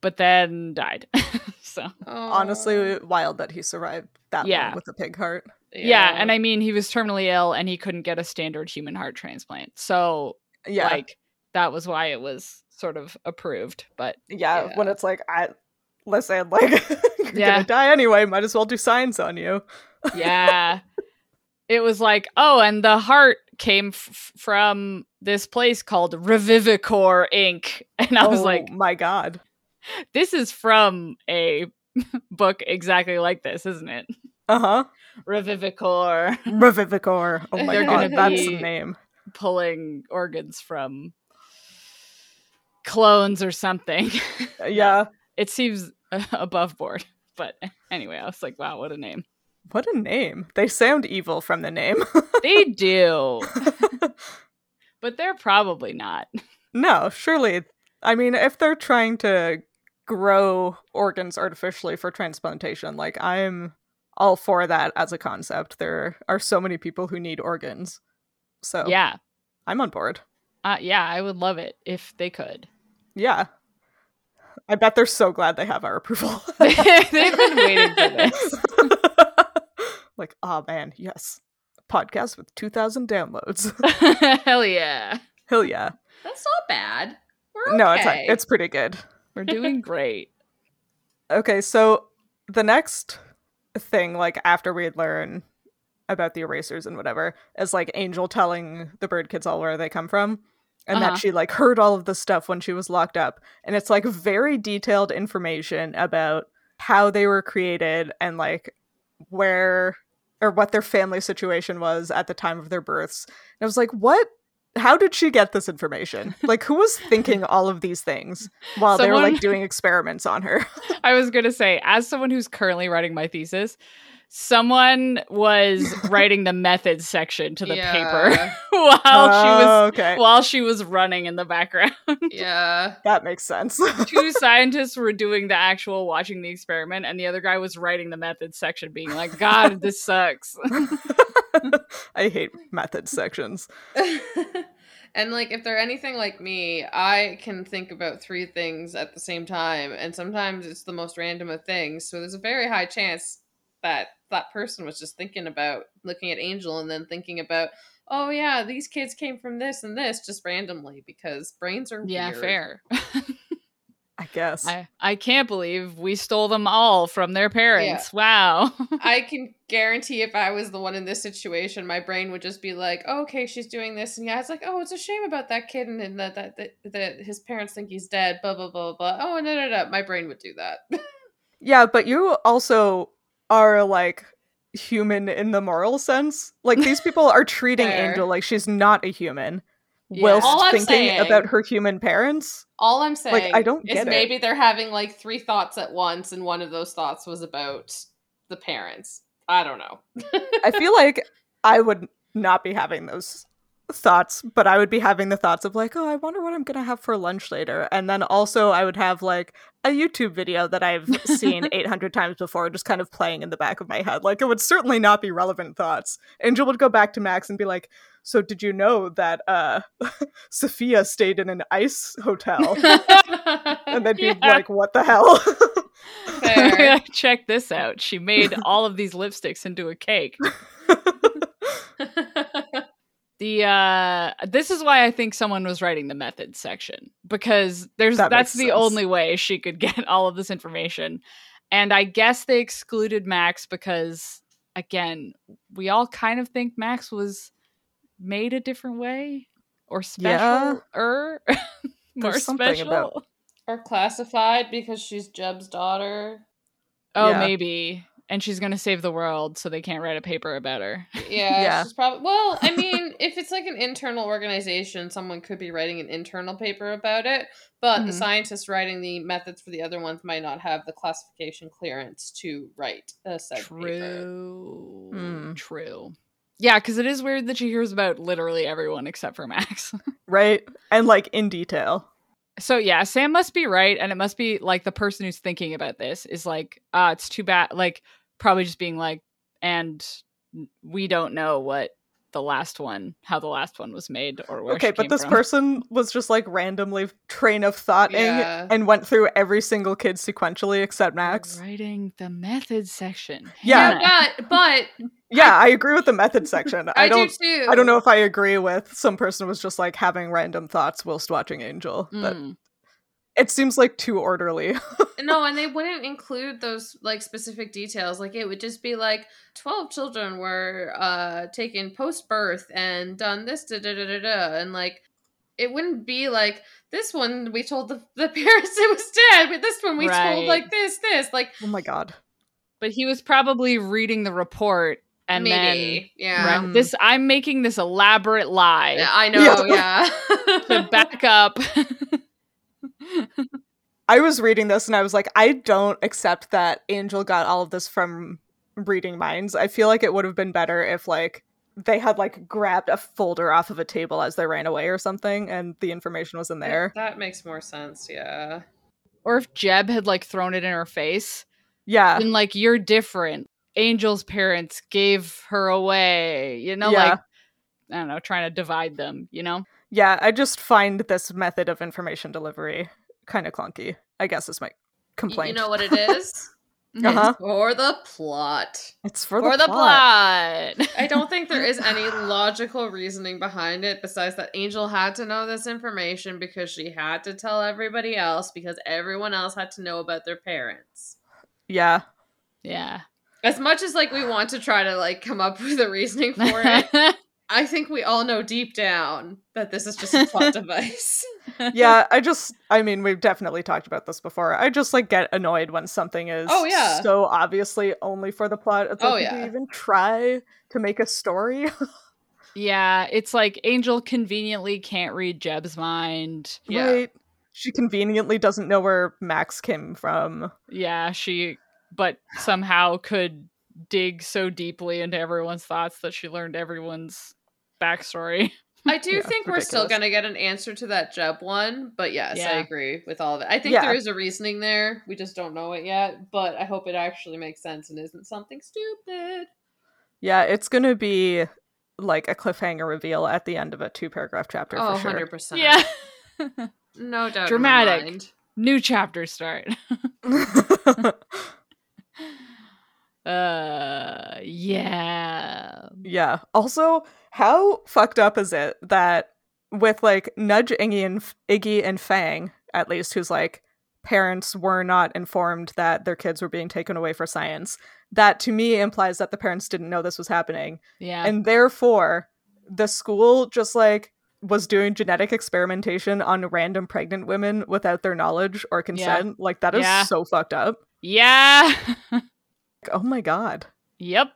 A: but then died so
C: Oh.
B: honestly wild that he survived that
A: Um, Yeah.
B: long with a pig heart
A: yeah. and i mean he was terminally ill and he couldn't get a standard human heart transplant so
B: yeah
A: like that was why it was sort of approved but
B: yeah,
C: Yeah.
B: when it's like i listen like you're
A: Yeah.
B: gonna die anyway might as well do science on you
A: yeah. It was like, oh, and the heart came f- from this place called Revivicor Inc. And I was
B: Oh
A: like,
B: my god
A: this is from a book exactly like this, isn't it?
B: uh-huh
A: Revivicor
B: revivicor oh my
C: They're
B: god
C: gonna
B: that's
A: be-
B: the name
A: pulling organs from clones or something.
B: yeah
A: It seems uh, above board. But anyway, I was like, wow, what a name.
B: what a name they sound evil from the name
A: They do, but they're probably not.
B: no surely i mean if they're trying to grow organs artificially for transplantation like i'm all for that as a concept there are so many people who need organs so
A: Yeah.
B: i'm on board
A: Uh, yeah, I would love it if they could.
B: Yeah. I bet they're so glad they have our approval.
A: They've been waiting for this.
B: like, ah man, yes. Podcast with 2,000 downloads.
A: Hell yeah.
B: Hell yeah.
C: That's not bad. We're okay.
B: No, it's like, it's pretty good.
A: We're doing great.
B: Okay, so the next thing, like after we learn about the erasers and whatever, is like Angel telling the bird kids all where they come from. And
A: Uh-huh.
B: that she like heard all of the stuff when she was locked up. And it's like very detailed information about how they were created and like where or what their family situation was at the time of their births. And I was like, what? How did she get this information? Like, who was thinking all of these things while they were
A: Someone-
B: like doing experiments on her?
A: I was going to say, as someone who's currently writing my thesis, someone was writing the methods section to the paper
C: Yeah,
A: while she was
B: Oh, okay.
A: while she was running in the background.
C: yeah.
B: that makes sense.
A: Two scientists were doing the actual watching the experiment, and the other guy was writing the methods section, being like, "God, this sucks."
B: I hate method sections.
C: and like if they're anything like me, I can think about three things at the same time, and sometimes it's the most random of things. So there's a very high chance that that person was just thinking about looking at Angel and then thinking about, oh yeah, these kids came from this and this just randomly because brains are
A: Yeah,
C: weird.
A: fair.
B: I guess.
A: I, I can't believe we stole them all from their parents. Wow.
C: I can guarantee if I was the one in this situation, my brain would just be like, oh, okay, she's doing this. And yeah, it's like, oh, it's a shame about that kid and, and that, that, that, that his parents think he's dead, blah, blah, blah, blah. Oh, no, no, no. My brain would do that.
B: yeah, but you also are like human in the moral sense. Like these people are treating
C: Fair.
B: Angel like she's not a human,
A: Yeah.
B: whilst
C: All I'm
B: thinking
C: saying-
B: about her human parents.
C: All I'm saying
B: I don't
C: is
B: get it.
C: maybe they're having like three thoughts at once, and one of those thoughts was about the parents. I don't know.
B: I feel like I would not be having those thoughts, but I would be having the thoughts of like, oh, I wonder what I'm gonna have for lunch later, and then also I would have like a YouTube video that I've seen 800 times before, just kind of playing in the back of my head. Like it would certainly not be relevant thoughts. Angel would go back to Max and be like, so did you know that uh, Sophia stayed in an ice hotel? And they'd be
A: Yeah.
B: like, what the hell?
C: Fair.
A: Check this out. She made all of these lipsticks into a cake. The uh this is why I think someone was writing the methods section because there's
B: That
A: that's
B: makes
A: the
B: sense.
A: only way she could get all of this information. And I guess they excluded Max because again, we all kind of think Max was made a different way or
B: Yeah.
A: special or more
B: There's something
A: special.
B: about-
C: or classified because she's Jeb's daughter.
A: Oh,
B: Yeah.
A: maybe. And she's going to save the world, so they can't write a paper about her.
C: Yeah,
B: Yeah.
C: she's probably. Well, I mean, if it's like an internal organization, someone could be writing an internal paper about it. But the
B: Mhm.
C: scientists writing the methods for the other ones might not have the classification clearance to write a said paper.
A: True.
B: Hmm.
A: True. Yeah, because it is weird that she hears about literally everyone except for Max.
B: right? And like in detail.
A: so yeah, Sam must be right, and it must be like the person who's thinking about this is like, ah, it's too bad. Like probably just being like, and we don't know what the last one, how the last one was made, or where.
B: okay
A: she
B: but
A: came
B: this
A: from.
B: person was just like randomly train of thoughting
C: Yeah.
B: and went through every single kid sequentially except max
A: writing the methods section.
B: Yeah.
A: Hannah.
C: but but
B: yeah i agree with the method section i,
C: I, do
B: don't
C: too.
B: i don't know if i agree with some person was just like having random thoughts whilst watching angel but
A: Mm.
B: it seems like too orderly
C: no, and they wouldn't include those like specific details. Like it would just be like twelve children were uh taken post birth and done this da da da da da, and like it wouldn't be like this one we told the the parents it was dead, but this one we
A: Right.
C: told like this this like
B: oh my god
A: But he was probably reading the report and then
C: maybe yeah.
A: Right. This I'm making this elaborate lie
C: Yeah, I know, yeah.
A: to back up.
B: i was reading this and i was like i don't accept that angel got all of this from reading minds i feel like it would have been better if like they had like grabbed a folder off of a table as they ran away or something and the information was in there
C: That makes more sense, yeah.
A: or if Jeb had like thrown it in her face
B: Yeah.
A: and like you're different. Angel's parents gave her away, you know,
B: Yeah.
A: like I don't know, trying to divide them, you know?
B: Yeah, I just find this method of information delivery kind of clunky. I guess is my complaint.
C: You know what it is?
B: Uh-huh.
C: or the plot.
B: It's for
A: Or
B: the,
A: the,
B: plot.
A: plot.
C: I don't think there is any logical reasoning behind it besides that Angel had to know this information because she had to tell everybody else because everyone else had to know about their parents.
B: Yeah.
A: yeah.
C: As much as like we want to try to like come up with a reasoning for it, I think we all know deep down that this is just a plot device.
B: Yeah, I just I mean, we've definitely talked about this before. I just like get annoyed when something is
C: Oh, yeah.
B: so obviously only for the plot. It's like,
C: Oh,
B: did
C: yeah.
B: you even try to make a story?
A: yeah, it's like Angel conveniently can't read Jeb's mind.
C: Yeah.
B: Right. She conveniently doesn't know where Max came from.
A: Yeah, she but somehow could dig so deeply into everyone's thoughts that she learned everyone's backstory.
C: I do
B: Yeah,
C: think
B: it's
C: we're still
B: ridiculous.
C: going to get an answer to that Jeb one, but yes, I
A: Yeah.
C: agree with all of it. I think
B: Yeah.
C: there is a reasoning there. We just don't know it yet, but I hope it actually makes sense and isn't something stupid.
B: Yeah, it's gonna be like a cliffhanger reveal at the end of a two paragraph chapter
C: Oh,
B: for sure.
C: 100%.
A: Yeah.
C: No doubt. in my
A: Dramatic.
C: mind.
A: New chapter start. Uh yeah.
B: yeah. Also, how fucked up is it that with like Nudge Iggy and Iggy and Fang, at least, who's like parents were not informed that their kids were being taken away for science. That to me implies that the parents didn't know this was happening.
A: Yeah.
B: and therefore the school just like was doing genetic experimentation on random pregnant women without their knowledge or consent like that is
A: Yeah.
B: so fucked up
A: yeah.
B: Like, oh my god
A: yep.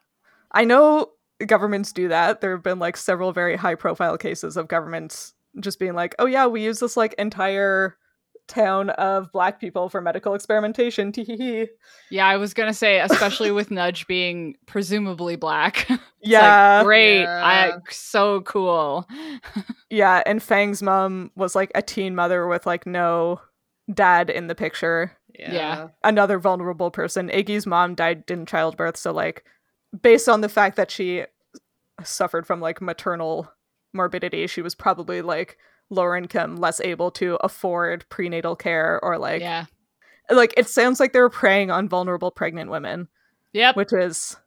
B: i know governments do that there have been like several very high profile cases of governments just being like oh yeah we use this like entire town of black people for medical experimentation tee hee hee."
A: Yeah, I was gonna say, especially with Nudge being presumably black. It's
B: yeah
A: like, great.
C: Yeah.
A: I so cool.
B: Yeah, and Fang's mom was like a teen mother with like no dad in the picture.
C: Yeah.
A: Yeah.
B: Another vulnerable person. Iggy's mom died in childbirth, so like based on the fact that she suffered from like maternal morbidity, she was probably like lower income, less able to afford prenatal care or like
A: yeah.
B: like it sounds like they were preying on vulnerable pregnant women,
A: Yep.
B: which is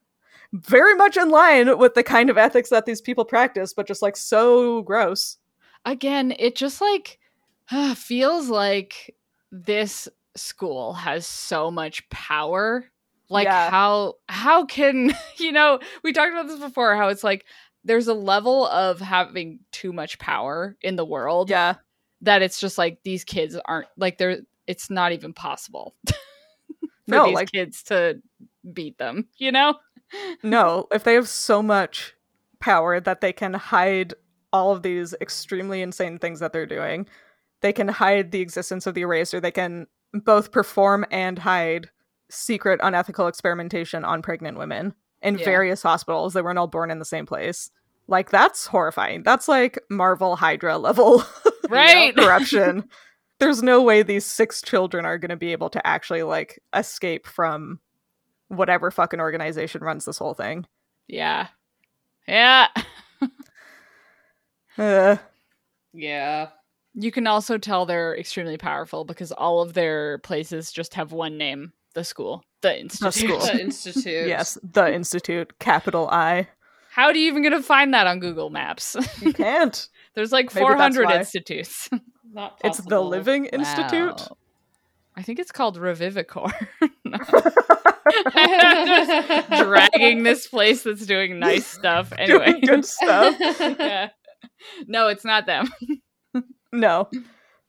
B: very much in line with the kind of ethics that these people practice, but just like so gross.
A: Again, it just like feels like this school has so much power. Like
B: Yeah.
A: how how can you know, we talked about this before, how it's like there's a level of having too much power in the world
B: Yeah.
A: that it's just like these kids aren't like they're it's not even possible for
B: No,
A: these
B: like-
A: kids to beat them you know
B: No, if they have so much power that they can hide all of these extremely insane things that they're doing, they can hide the existence of the eraser. They can both perform and hide secret unethical experimentation on pregnant women in
A: Yeah.
B: various hospitals. They weren't all born in the same place. Like that's horrifying. That's like Marvel Hydra level
A: right
B: corruption. There's no way these six children are going to be able to actually like escape from whatever fucking organization runs this whole thing.
A: yeah yeah
B: Uh,
C: Yeah.
A: you can also tell they're extremely powerful because all of their places just have one name the school the institute
B: school.
C: The Institute.
B: yes, the Institute, capital I.
A: how do you even gonna find that on google maps
B: You can't.
A: there's like
B: Maybe that's
A: 400
B: why.
A: institutes
C: Not
B: it's the
C: possible.
B: Living Institute.
A: Wow. i think it's called revivicor dragging this place that's doing nice stuff anyway
B: Doing good stuff.
A: yeah. No, it's not them.
B: No.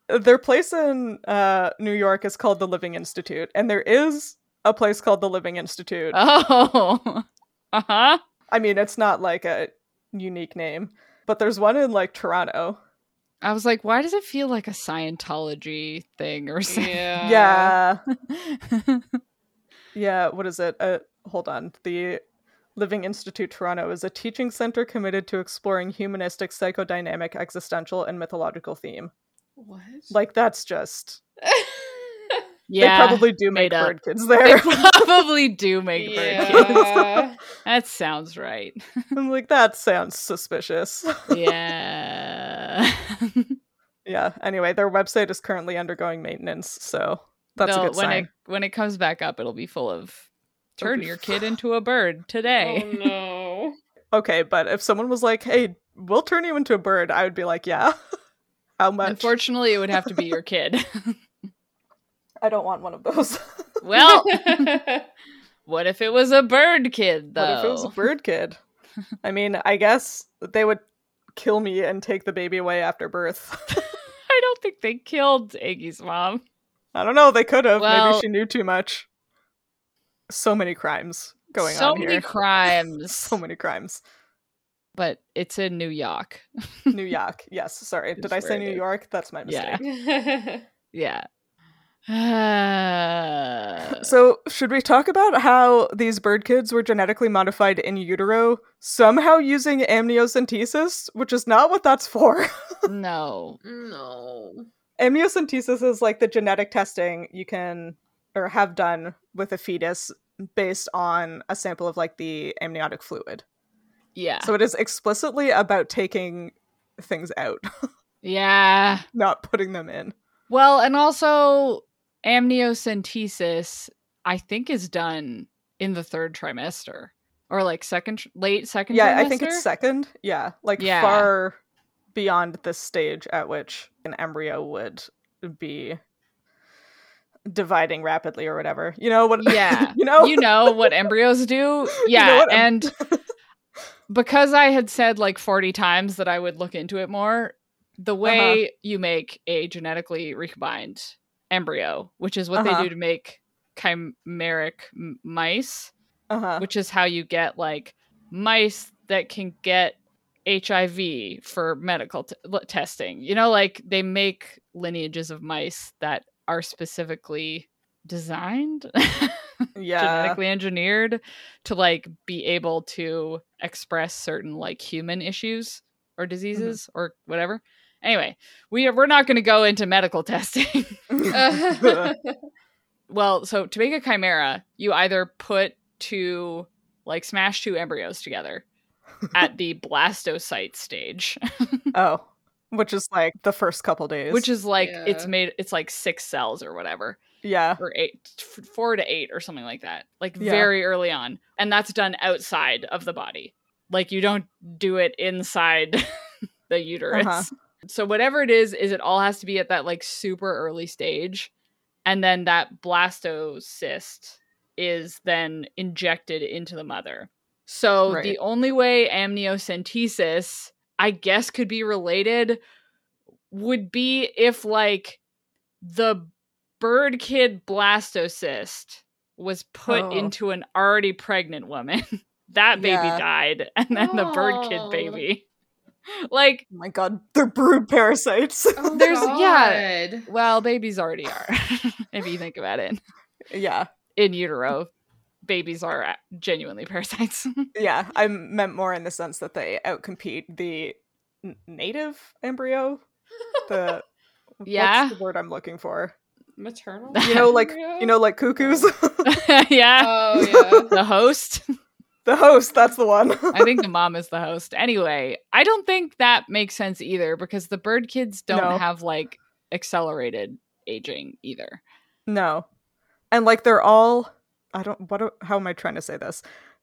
B: Their place in uh, New York is called the Living Institute, and there is a place called the Living Institute.
A: Oh. Uh-huh.
B: I mean, it's not like a unique name, but there's one in like Toronto.
A: I was like, why does it feel like a Scientology thing or something?
C: yeah.
B: yeah. Yeah, what is it? Uh, hold on. The Living Institute Toronto is a teaching center committed to exploring humanistic, psychodynamic, existential, and mythological theme.
C: What?
B: Like that's just
A: yeah.
B: they probably do make
A: made up.
B: bird kids
A: They
B: there.
A: probably do make bird kids.
C: yeah.
A: That sounds right.
B: I'm like that sounds suspicious.
A: Yeah.
B: yeah. Anyway, their website is currently undergoing maintenance, so That's
A: Though
B: a good
A: when
B: sign.
A: it when it comes back up, it'll be full of
B: It'll
A: turn
B: be
A: your
B: f-
A: kid into a bird today.
C: Oh no.
B: Okay, but if someone was like, "Hey, we'll turn you into a bird," I would be like, "Yeah." How much?
A: Unfortunately, it would have to be your kid.
B: I don't want one of those.
A: well, what if it was a bird kid though?
B: What if it was a bird kid? I mean, I guess they would kill me and take the baby away after birth.
A: I don't think they killed Iggy's mom.
B: I don't know. They could have.
A: Well-
B: Maybe she knew too much. So many crimes going
A: so
B: on
A: many
B: here.
A: crimes.
B: so many crimes.
A: But it's in New York.
B: New York. Yes. Sorry.
A: Is
B: Did I
A: where
B: say
A: it
B: New
A: is.
B: York? That's my mistake.
A: Yeah. Yeah. Uh,
B: So, should we talk about how these bird kids were genetically modified in utero, somehow using amniocentesis, which is not what that's for?
A: no.
C: no.
B: amniocentesis is like the genetic testing you can or have done with a fetus based on a sample of like the amniotic fluid.
A: Yeah.
B: So, it is explicitly about taking things out,
A: yeah.
B: not putting them in.
A: Well, and also amniocentesis, I think, is done in the third trimester or like second, tr- late second.
B: yeah,
A: trimester?
B: I think it's second. Yeah, like
A: Yeah.
B: far beyond the stage at which an embryo would be dividing rapidly or whatever. You know what?
A: Yeah.
B: you know.
A: You know what embryos do?
B: You know
A: Yeah.
B: what em-
A: and because I had said like 40 times that I would look into it more, the
B: Uh-huh.
A: way you make a genetically recombined embryo, which is what
B: Uh-huh.
A: they do to make chimeric m- mice,
B: uh-huh.
A: which is how you get like mice that can get HIV for medical t- l- testing. You know, like they make lineages of mice that are specifically designed.
B: yeah.
A: genetically engineered to like be able to express certain like human issues or diseases or whatever. Anyway, we we're not going to go into medical testing. well, so to make a chimera, you either put two like smash two embryos together at the blastocyte stage,
B: oh, which is like the first couple days.
A: which is like it's
C: Yeah.
A: made it's like six cells or whatever.
B: yeah.
A: or eight, f- four to eight or something like that, like
B: Yeah.
A: very early on. And that's done outside of the body. Like you don't do it inside the uterus.
B: Uh-huh.
A: So whatever it is, is it all has to be at that like super early stage. And then that blastocyst is then injected into the mother. So
B: Right.
A: the only way amniocentesis, I guess, could be related would be if like the bird kid blastocyst was put
B: Oh.
A: into an already pregnant woman. that baby
B: Yeah.
A: died, and then the bird kid
C: Oh.
A: baby. like,
B: Oh my god, they're brood parasites.
C: Oh,
A: There's- yeah.
C: God.
A: well, babies already are, if you think about it.
B: yeah.
A: In utero, babies are a- genuinely parasites.
B: Yeah. I meant more in the sense that they outcompete the n- native embryo. The
A: Yeah.
B: what's the word I'm looking for?
C: Maternal.
A: You
B: you know like
C: embryo?
B: you know like cuckoos
A: yeah.
C: Oh
A: the host.
B: the host that's the one
A: I think the mom is the host. Anyway, I don't think that makes sense either because the bird kids don't
B: No.
A: have like accelerated aging either.
B: no and like they're all i don't what do- how am i trying to say this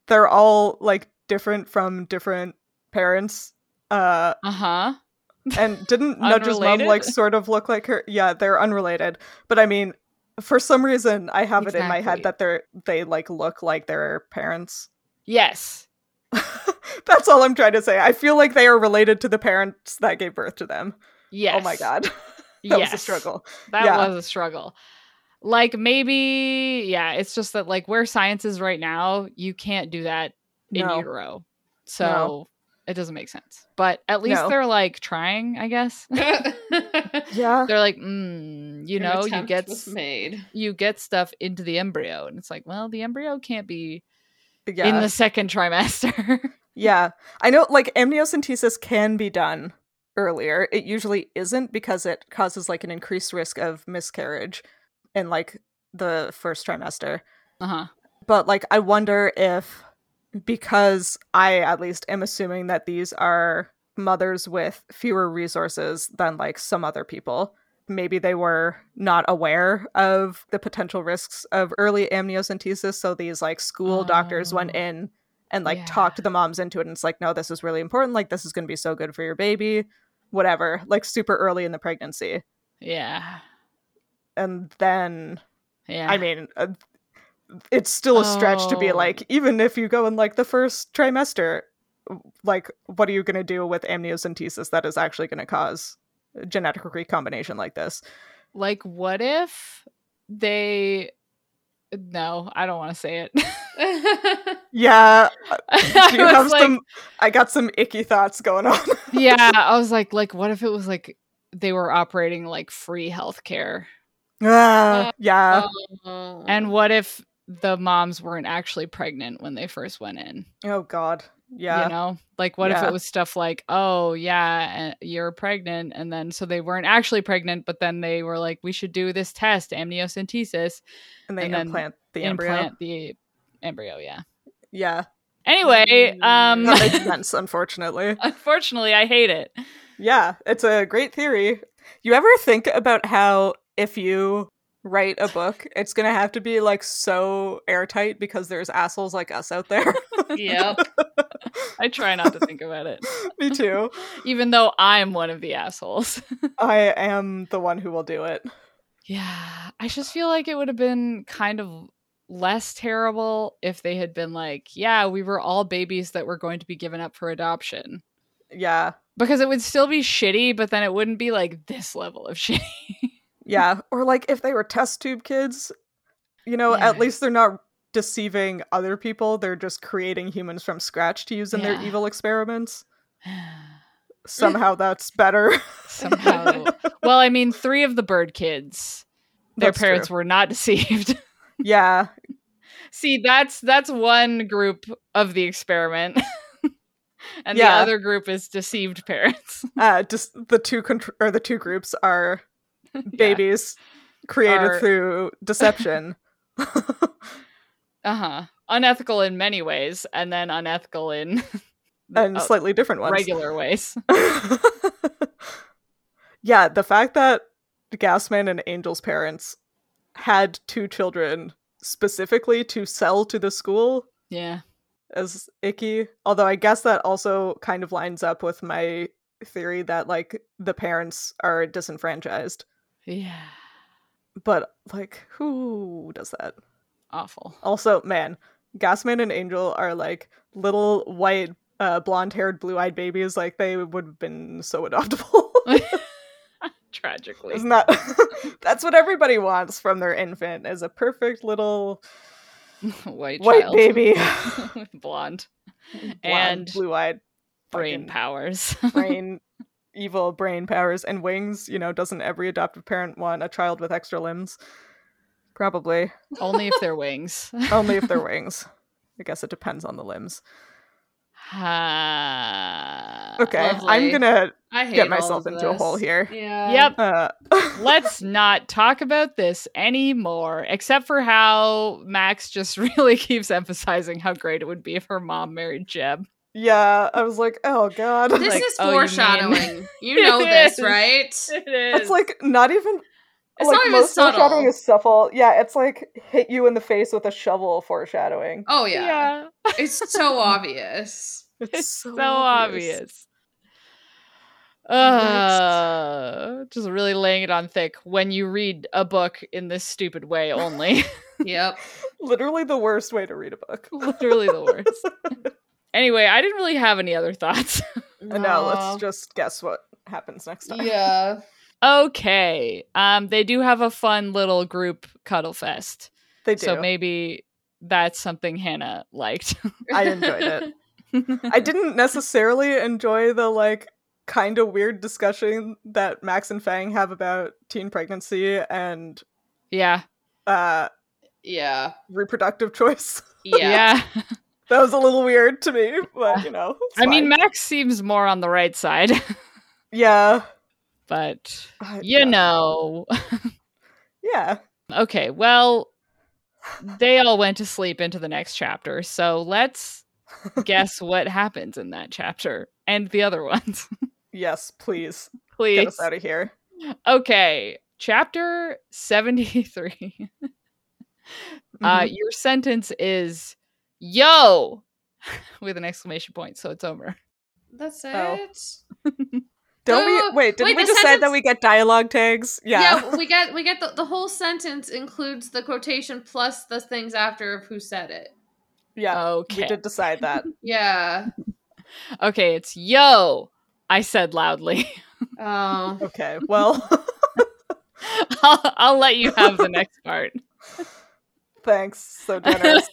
B: they're all like different from different parents uh
A: Uh huh.
B: and didn't nudge's mom
A: Unrelated?
B: like sort of look like her yeah they're unrelated but i mean for some reason i have it in my
A: Exactly.
B: head that they're they like look like their parents
A: Yes.
B: that's all i'm trying to say i feel like they are related to the parents that gave birth to them
A: Yes.
B: oh my god that
A: That yes.
B: was a struggle
A: That
B: Yeah.
A: was a struggle. Like maybe, yeah, it's just that like where science is right now, you can't do that in
B: No.
A: utero. So it doesn't make sense. But at least
B: No.
A: they're like trying, I guess.
C: yeah.
B: yeah
A: They're like, mm, you
C: An
A: know, you
C: attempt
A: get
C: was made.
A: you get stuff into the embryo and it's like well the embryo can't be
B: yeah
A: in the second trimester
B: Yeah. I know like amniocentesis can be done earlier. It usually isn't because it causes like an increased risk of miscarriage in like the first trimester.
A: uh-huh
B: But like I wonder if because I at least am assuming that these are mothers with fewer resources than like some other people maybe they were not aware of the potential risks of early amniocentesis. So these like school doctors went
A: Oh.
B: in and like
A: Yeah.
B: talked the moms into it. And it's like, no, this is really important. Like, this is going to be so good for your baby, whatever, like super early in the pregnancy.
A: Yeah.
B: And then,
A: Yeah.
B: I mean, uh, it's still a stretch to be
A: Oh.
B: like, even if you go in like the first trimester, like, what are you going to do with amniocentesis that is actually going to cause genetic recombination like this?
A: like what if they no, I don't want to say it.
B: Yeah,
A: I
B: Do you
A: was
B: have
A: like-
B: some? I got some icky thoughts going on.
A: yeah, I was like, like, what if it was like they were operating like free healthcare,
B: Ah, yeah,
C: Oh.
B: Mm.
A: and what if the moms weren't actually pregnant when they first went in?
B: oh god, yeah,
A: You know, like, what if
B: Yeah.
A: it was stuff like, oh yeah, uh, you're pregnant, and then so they weren't actually pregnant, but then they were like, we should do this test, amniocentesis,
B: and they
A: and then
B: implant the embryo. Mm.
A: implant the embryo. Yeah.
B: Yeah,
A: Anyway, um,
B: that makes sense. Unfortunately,
A: unfortunately, I hate it.
B: yeah, it's a great theory. You ever think about how if you write a book, it's gonna have to be like so airtight because there's assholes like us out there.
C: yep.
A: I try not to think about it,
B: Me too.
A: even though I'm one of the assholes.
B: I am the one who will do it.
A: Yeah, I just feel like it would have been kind of less terrible if they had been like, yeah, we were all babies that were going to be given up for adoption.
B: Yeah,
A: Because it would still be shitty, but then it wouldn't be like this level of shitty.
B: Yeah, or like if they were test tube kids, you know,
A: Yeah.
B: at least they're not deceiving other people. They're just creating humans from scratch to use in
A: Yeah. Mm.
B: their evil experiments. Somehow that's better.
A: Somehow. well, I mean, three of the bird kids, their
B: That's
A: parents
B: true.
A: were not deceived.
B: Yeah,
A: See, that's that's one group of the experiment. and
B: Yeah.
A: the other group is deceived parents.
B: uh, just the two contr or the two groups are
A: Yeah.
B: babies created
A: Are-
B: through deception.
A: Uh-huh. Unethical in many ways, and then unethical in
B: and
A: uh,
B: slightly different ones.
A: regular ways.
B: yeah, the fact that Gasman and Angel's parents had two children specifically to sell to the school
A: Yeah.
B: is icky. Although I guess that also kind of lines up with my theory that like the parents are disenfranchised.
A: Yeah.
B: But like who does that?
A: Awful.
B: Also, man, Gasman and Angel are like little white uh, blonde-haired blue-eyed babies like they would have been so adoptable.
A: Tragically.
B: Isn't that that's what everybody wants from their infant is a perfect little
A: White
B: white
A: child.
B: baby
A: Blonde.
B: Blonde,
A: And
B: blue-eyed
A: Brain
B: fucking
A: powers.
B: brain evil brain powers and wings you know doesn't every adoptive parent want a child with extra limbs probably
A: Only if they're wings.
B: only if they're wings i guess it depends on the limbs
A: Ha.
B: okay i'm
C: lovely.
B: gonna
C: I hate
B: get
C: all
B: myself
C: of
B: into a hole
C: this.
B: here
C: Yeah.
A: Yep.
B: uh
A: Let's not talk about this anymore, except for how Max just really keeps emphasizing how great it would be if her mom married Jeb.
B: yeah i was like oh god
C: This
A: Like,
C: is
A: oh, you mean-
C: foreshadowing. You, know
A: It
C: this,
A: is.
C: right?
A: It
B: it's like not even
C: It's
B: like
C: not even
B: most
C: subtle.
B: foreshadowing is subtle. Yeah, it's like hit you in the face with a shovel foreshadowing.
C: Oh yeah. It's so obvious.
A: It's so, obvious. Uh, just really laying it on thick when you read a book in this stupid way only.
C: Yep.
B: Literally the worst way to read a book.
A: Literally the worst. Anyway, I didn't really have any other thoughts.
B: And now let's just guess what happens next time.
C: Yeah.
A: Okay. Um, they do have a fun little group cuddle fest.
B: They do.
A: So maybe that's something Hannah liked.
B: I enjoyed it. I didn't necessarily enjoy the like kind of weird discussion that Max and Fang have about teen pregnancy and
A: yeah.
B: uh
C: Yeah.
B: reproductive choice.
C: Yeah.
A: Yeah.
B: That was a little weird to me, but you know. it's
A: I mean,
B: fine.
A: Max seems more on the right side,
B: yeah.
A: but
B: I-
A: you
B: yeah.
A: know.
B: Yeah.
A: Okay. Well, they all went to sleep into the next chapter. So let's guess what happens in that chapter and the other ones,
B: Yes, please. Get
A: please.
B: us out of here.
A: Okay, chapter 73.
B: Mm-hmm.
A: Uh, your sentence is yo with an exclamation point, so it's over.
C: That's it.
B: Oh. Don't
C: Oh,
A: uh,
B: we wait? Didn't
C: wait,
B: we
C: the
B: decide that
C: sentence-
B: we get dialogue tags? Yeah.
C: we get we get the, the whole sentence includes the quotation plus the things after of who said it.
B: Yeah. We
A: okay.
B: did decide that.
C: Yeah.
A: Okay, it's yo. I said loudly.
C: Oh.
B: Okay. Well,
A: I'll, I'll let you have the next part.
B: thanks. So generous.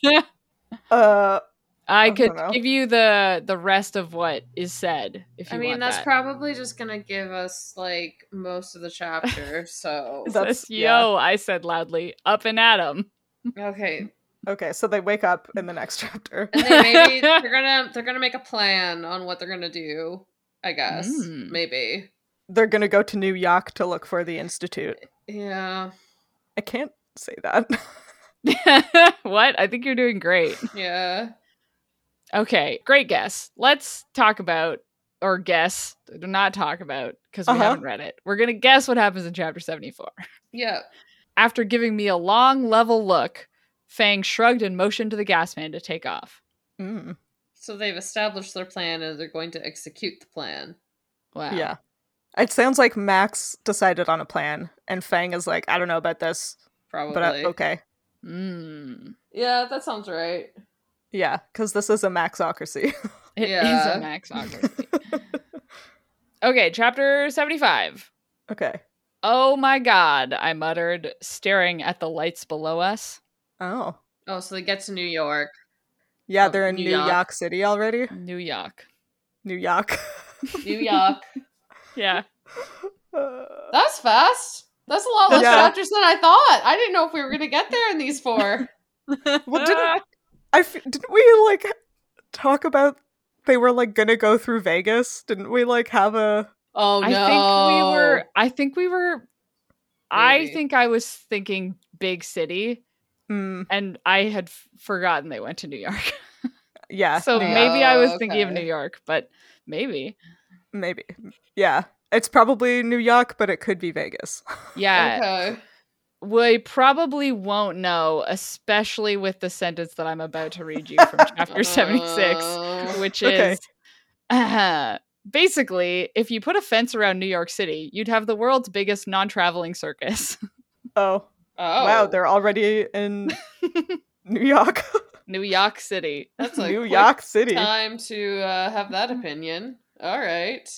B: Uh,
A: I
B: don't
A: could
B: know.
A: give you the the rest of what is said if you
C: I mean,
A: want
C: that's
A: that.
C: probably just gonna give us like most of the chapter. So
A: It
B: Is that-
A: says,
B: yeah.
A: yo, I said loudly, up and at 'em.
C: okay,
B: okay. So they wake up in the next chapter.
C: and then maybe they're gonna they're gonna make a plan on what they're gonna do. I guess
A: Mm.
B: Hmm.
C: maybe.
B: They're gonna go to New York to look for the institute.
C: Yeah.
B: I can't say that.
A: what? I think you're doing great.
C: Yeah.
A: Okay, great guess. Let's talk about or guess, not talk about because we
B: Uh-huh.
A: haven't read it. We're gonna guess what happens in chapter seventy four.
C: Yeah.
A: After giving me a long, level look, Fang shrugged and motioned to the gas man to take off.
B: Mm,
C: So they've established their plan and they're going to execute the plan.
A: Wow.
B: Yeah. It sounds like Max decided on a plan, and Fang is like, I don't know about this,
C: Probably.
B: but I, okay.
A: Mm.
C: Yeah, that sounds right.
B: Yeah, because this is a Maxocracy.
A: It is
C: Yeah.
A: a Max Ocracy. okay, chapter 75.
B: okay.
A: Oh my god, I muttered, staring at the lights below us.
B: Oh.
C: Oh, so they get to New York.
B: Yeah,
C: Oh,
B: they're in
C: New
B: New
C: York.
B: York City already.
A: New York.
B: New York.
C: New York.
A: Yeah.
B: Uh,
C: That's fast. That's a lot less
B: Yeah.
C: chapters than I thought. I didn't know if we were going to get there in these four.
B: Well,
C: Ah.
B: didn't- I f- didn't we like talk about they were like gonna go through Vegas? Didn't we like have a
C: Oh, no.
A: I think we were I think we were I
C: Maybe.
A: think I was thinking big city
B: mm,
A: and I had f- forgotten they went to New York.
B: yeah?
A: so
B: New York.
A: maybe I was
C: Oh,
A: thinking of
C: okay.
A: New York, but maybe.
B: maybe yeah. It's probably New York, but it could be Vegas.
A: Yeah.
C: Okay.
A: We probably won't know, especially with the sentence that I'm about to read you from chapter 76.
C: Oh.
A: which
B: Okay.
A: is uh, basically if you put a fence around New York City, you'd have the world's biggest non-traveling circus.
B: Oh,
C: Oh.
B: wow, they're already in New York,
A: New York City.
C: That's a
B: New
C: quick
B: York City.
C: Time to uh, have
A: Mm-hmm.
C: that opinion. All right.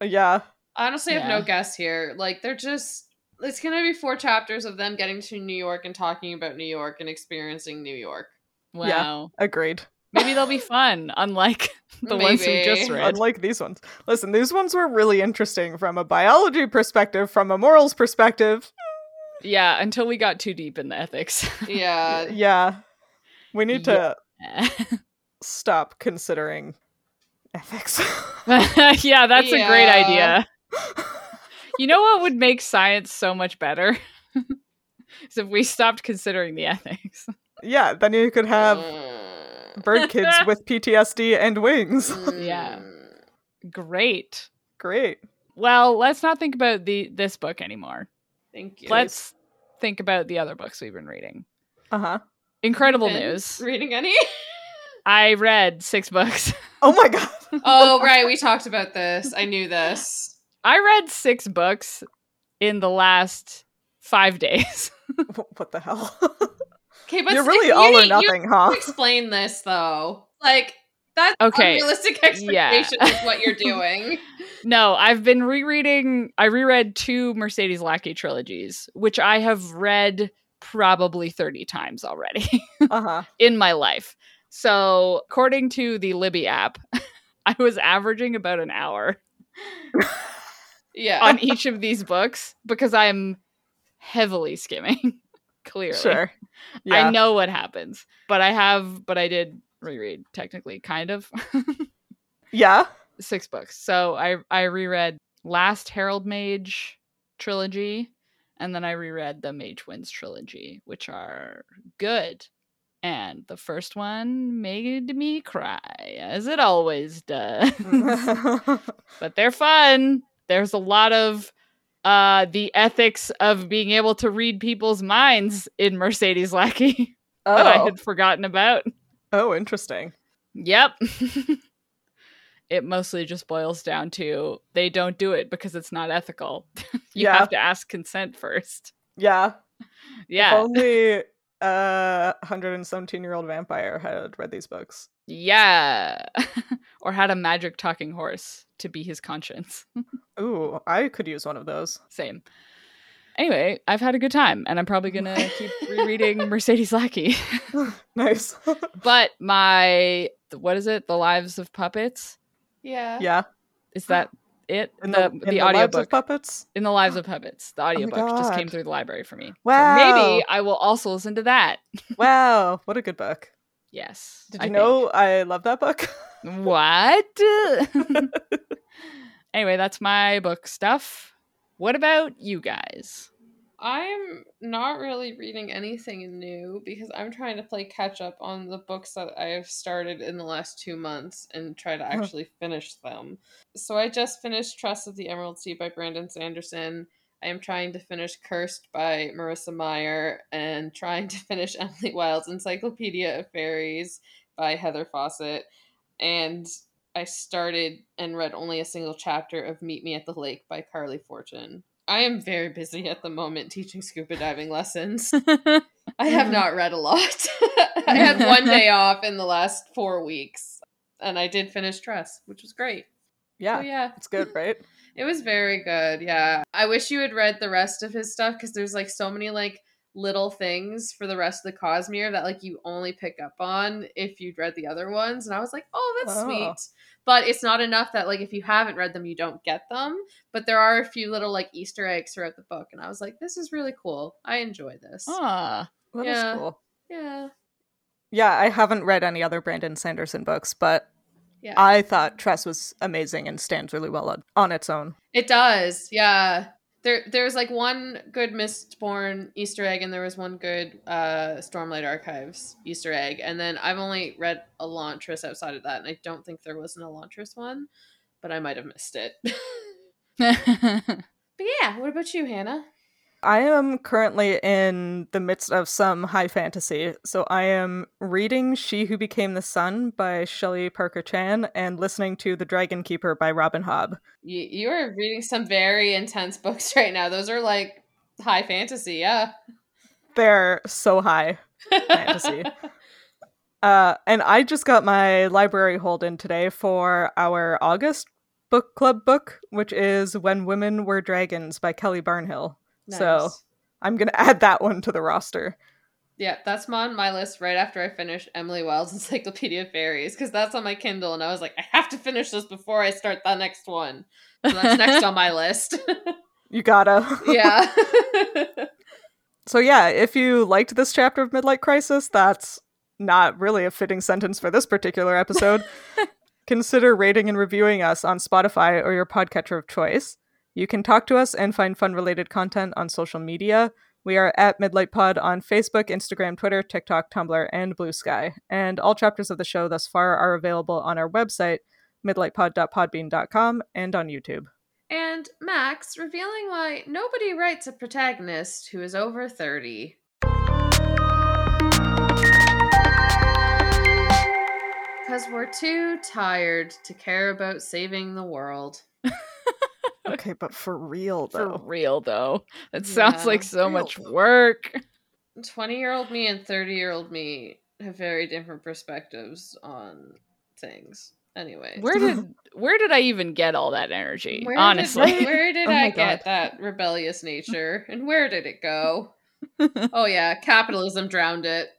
B: Yeah,
C: Honestly, I have
A: Yeah.
C: no guess here. Like, they're just. It's going to be four chapters of them getting to New York and talking about New York and experiencing New York.
A: Wow.
B: agreed.
A: Maybe they'll be fun, unlike the ones we just
C: Maybe.
A: read.
B: Unlike these ones. Listen, these ones were really interesting from a biology perspective, from a morals perspective.
A: yeah, until we got too deep in the ethics.
C: Yeah.
B: yeah. We need to
A: yeah,
B: stop considering ethics.
A: that's a great
C: Yeah.
A: idea. You know what would make science so much better? Is if we stopped considering the ethics.
B: yeah, then you could have
C: Mm.
B: bird kids with PTSD and
A: Mm.
B: wings.
A: Yeah.
C: mm,
A: Great.
B: Great.
A: Well, let's not think about the this book anymore.
C: Thank you.
A: Let's think about the other books we've been reading.
B: Uh huh.
A: Incredible
C: Been
A: news.
C: Reading any?
A: I read six books.
B: Oh my god.
C: oh, right. We talked about this. I knew this.
A: I read six books in the last five days.
B: Wh- What the hell?
C: Okay, but
B: You're
C: s-
B: really
C: you
B: all
C: need-
B: or
C: you
B: nothing, huh?
C: need to Explain this though. Like that's
A: Okay,
C: Realistic
A: yeah.
C: expectation is what you're doing.
A: No, I've been rereading, I reread two Mercedes Lackey trilogies, which I have read probably 30 times already.
B: Uh huh.
A: in my life. So, according to the Libby app, I was averaging about an hour
C: yeah.
A: on each of these books because I'm heavily skimming. Clearly,
B: Sure. Yeah.
A: I know what happens, but I have, but I did reread technically, kind of
B: Yeah.
A: six books. So I I reread last Herald Mage trilogy, and then I reread the Mage Winds trilogy, which are good. And the first one made me cry, as it Mm. always does. but they're fun. There's a lot of uh, the ethics of being able to read people's minds in Mercedes Lackey
B: Oh,
A: that I had forgotten about.
B: oh, interesting.
A: Yep. it mostly just boils down to they don't do it because it's not ethical. you
B: Yeah.
A: have to ask consent first.
B: Yeah,
A: Yeah.
B: If only a hundred and seventeen year old vampire had read these books.
A: Yeah. or had a magic talking horse to be his conscience.
B: Ooh, I could use one of those.
A: Same. Anyway, I've had a good time and I'm probably going to keep rereading Mercedes Lackey.
B: nice.
A: But my, what is it? The Lives of Puppets?
C: Yeah.
B: yeah.
A: Is that it?
B: In
A: the,
B: in
A: the,
B: Lives of
A: audiobook.
B: puppets.
A: in the Lives of Puppets. The audiobook just came
B: Oh God.
A: through the library for me.
B: Wow.
A: So maybe I will also listen to that.
B: Wow, what a good book.
A: Yes.
B: Did
A: I
B: you
A: think.
B: know I love that book?
A: What? anyway, that's my book stuff. What about you guys?
C: I'm not really reading anything new because I'm trying to play catch up on the books that I've started in the last two months and try to
B: Huh.
C: actually finish them. So I just finished Trust of the Emerald Sea by Brandon Sanderson. I am trying to finish Cursed by Marissa Meyer and trying to finish Emily Wilde's Encyclopedia of Fairies by Heather Fawcett. And I started and read only a single chapter of Meet Me at the Lake by Carly Fortune. I am very busy at the moment teaching scuba diving lessons. I have not read a lot. I had one day off in the last four weeks, and I did finish Trust, which was great. So,
B: Yeah.
C: Oh, yeah.
B: It's good, right?
C: It was very good. Yeah. I wish you had read the rest of his stuff because there's like so many like little things for the rest of the Cosmere that like you only pick up on if you'd read the other ones. And I was like, oh, that's
B: Oh.
C: sweet. But it's not enough that like if you haven't read them, you don't get them. But there are a few little like Easter eggs throughout the book. And I was like, this is really cool. I enjoy this.
A: Ah,
B: That is
C: Yeah.
B: cool.
C: Yeah.
B: Yeah, I haven't read any other Brandon Sanderson books, but
C: Yeah.
B: I thought Tress was amazing and stands really well on, on its own.
C: It does, yeah. There, there's like one good Mistborn Easter egg, and there was one good uh, Stormlight Archives Easter egg, and then I've only read Elantris outside of that, and I don't think there was an Elantris one, but I might have missed it. but yeah, what about you, Hannah?
B: I am currently in the midst of some high fantasy, so I am reading She Who Became the Sun by Shelley Parker Chan and listening to The Dragon Keeper by Robin Hobb.
C: You, you are reading some very intense books right now. Those are like high fantasy, yeah.
B: They're so high. Fantasy. Uh, and I just got my library hold in today for our August book club book, which is When Women Were Dragons by Kelly Barnhill. So-
C: Nice.
B: I'm going to add that one to the roster.
C: Yeah, that's on my list right after I finish Emily Wilde's Encyclopedia of Fairies because that's on my Kindle, and I was like, I have to finish this before I start the next one. So that's next on my list.
B: You gotta.
C: yeah.
B: so, yeah, if you liked this chapter of Midlight Crisis, that's not really a fitting sentence for this particular episode. Consider rating and reviewing us on Spotify or your podcatcher of choice. You can talk to us and find fun related content on social media. We are at Midlight Pod on Facebook, Instagram, Twitter, TikTok, Tumblr, and Blue Sky. And all chapters of the show thus far are available on our website, midlightpod.podbean.com, and on YouTube.
C: and Max revealing why nobody writes a protagonist who is over 30. Because we're too tired to care about saving the world.
B: Okay, but for real,
A: for
B: though.
A: real though. That sounds
C: Yeah.
A: like so
B: Real,
A: much
B: though.
A: work.
C: 20 year old me and 30 year old me have very different perspectives on things. Anyway,
A: Where did where did I even get all that energy?
C: Where did-
A: honestly.
C: where did
B: Oh
C: I
B: my
C: get
B: God.
C: that rebellious nature and where did it go? oh, yeah, capitalism drowned it.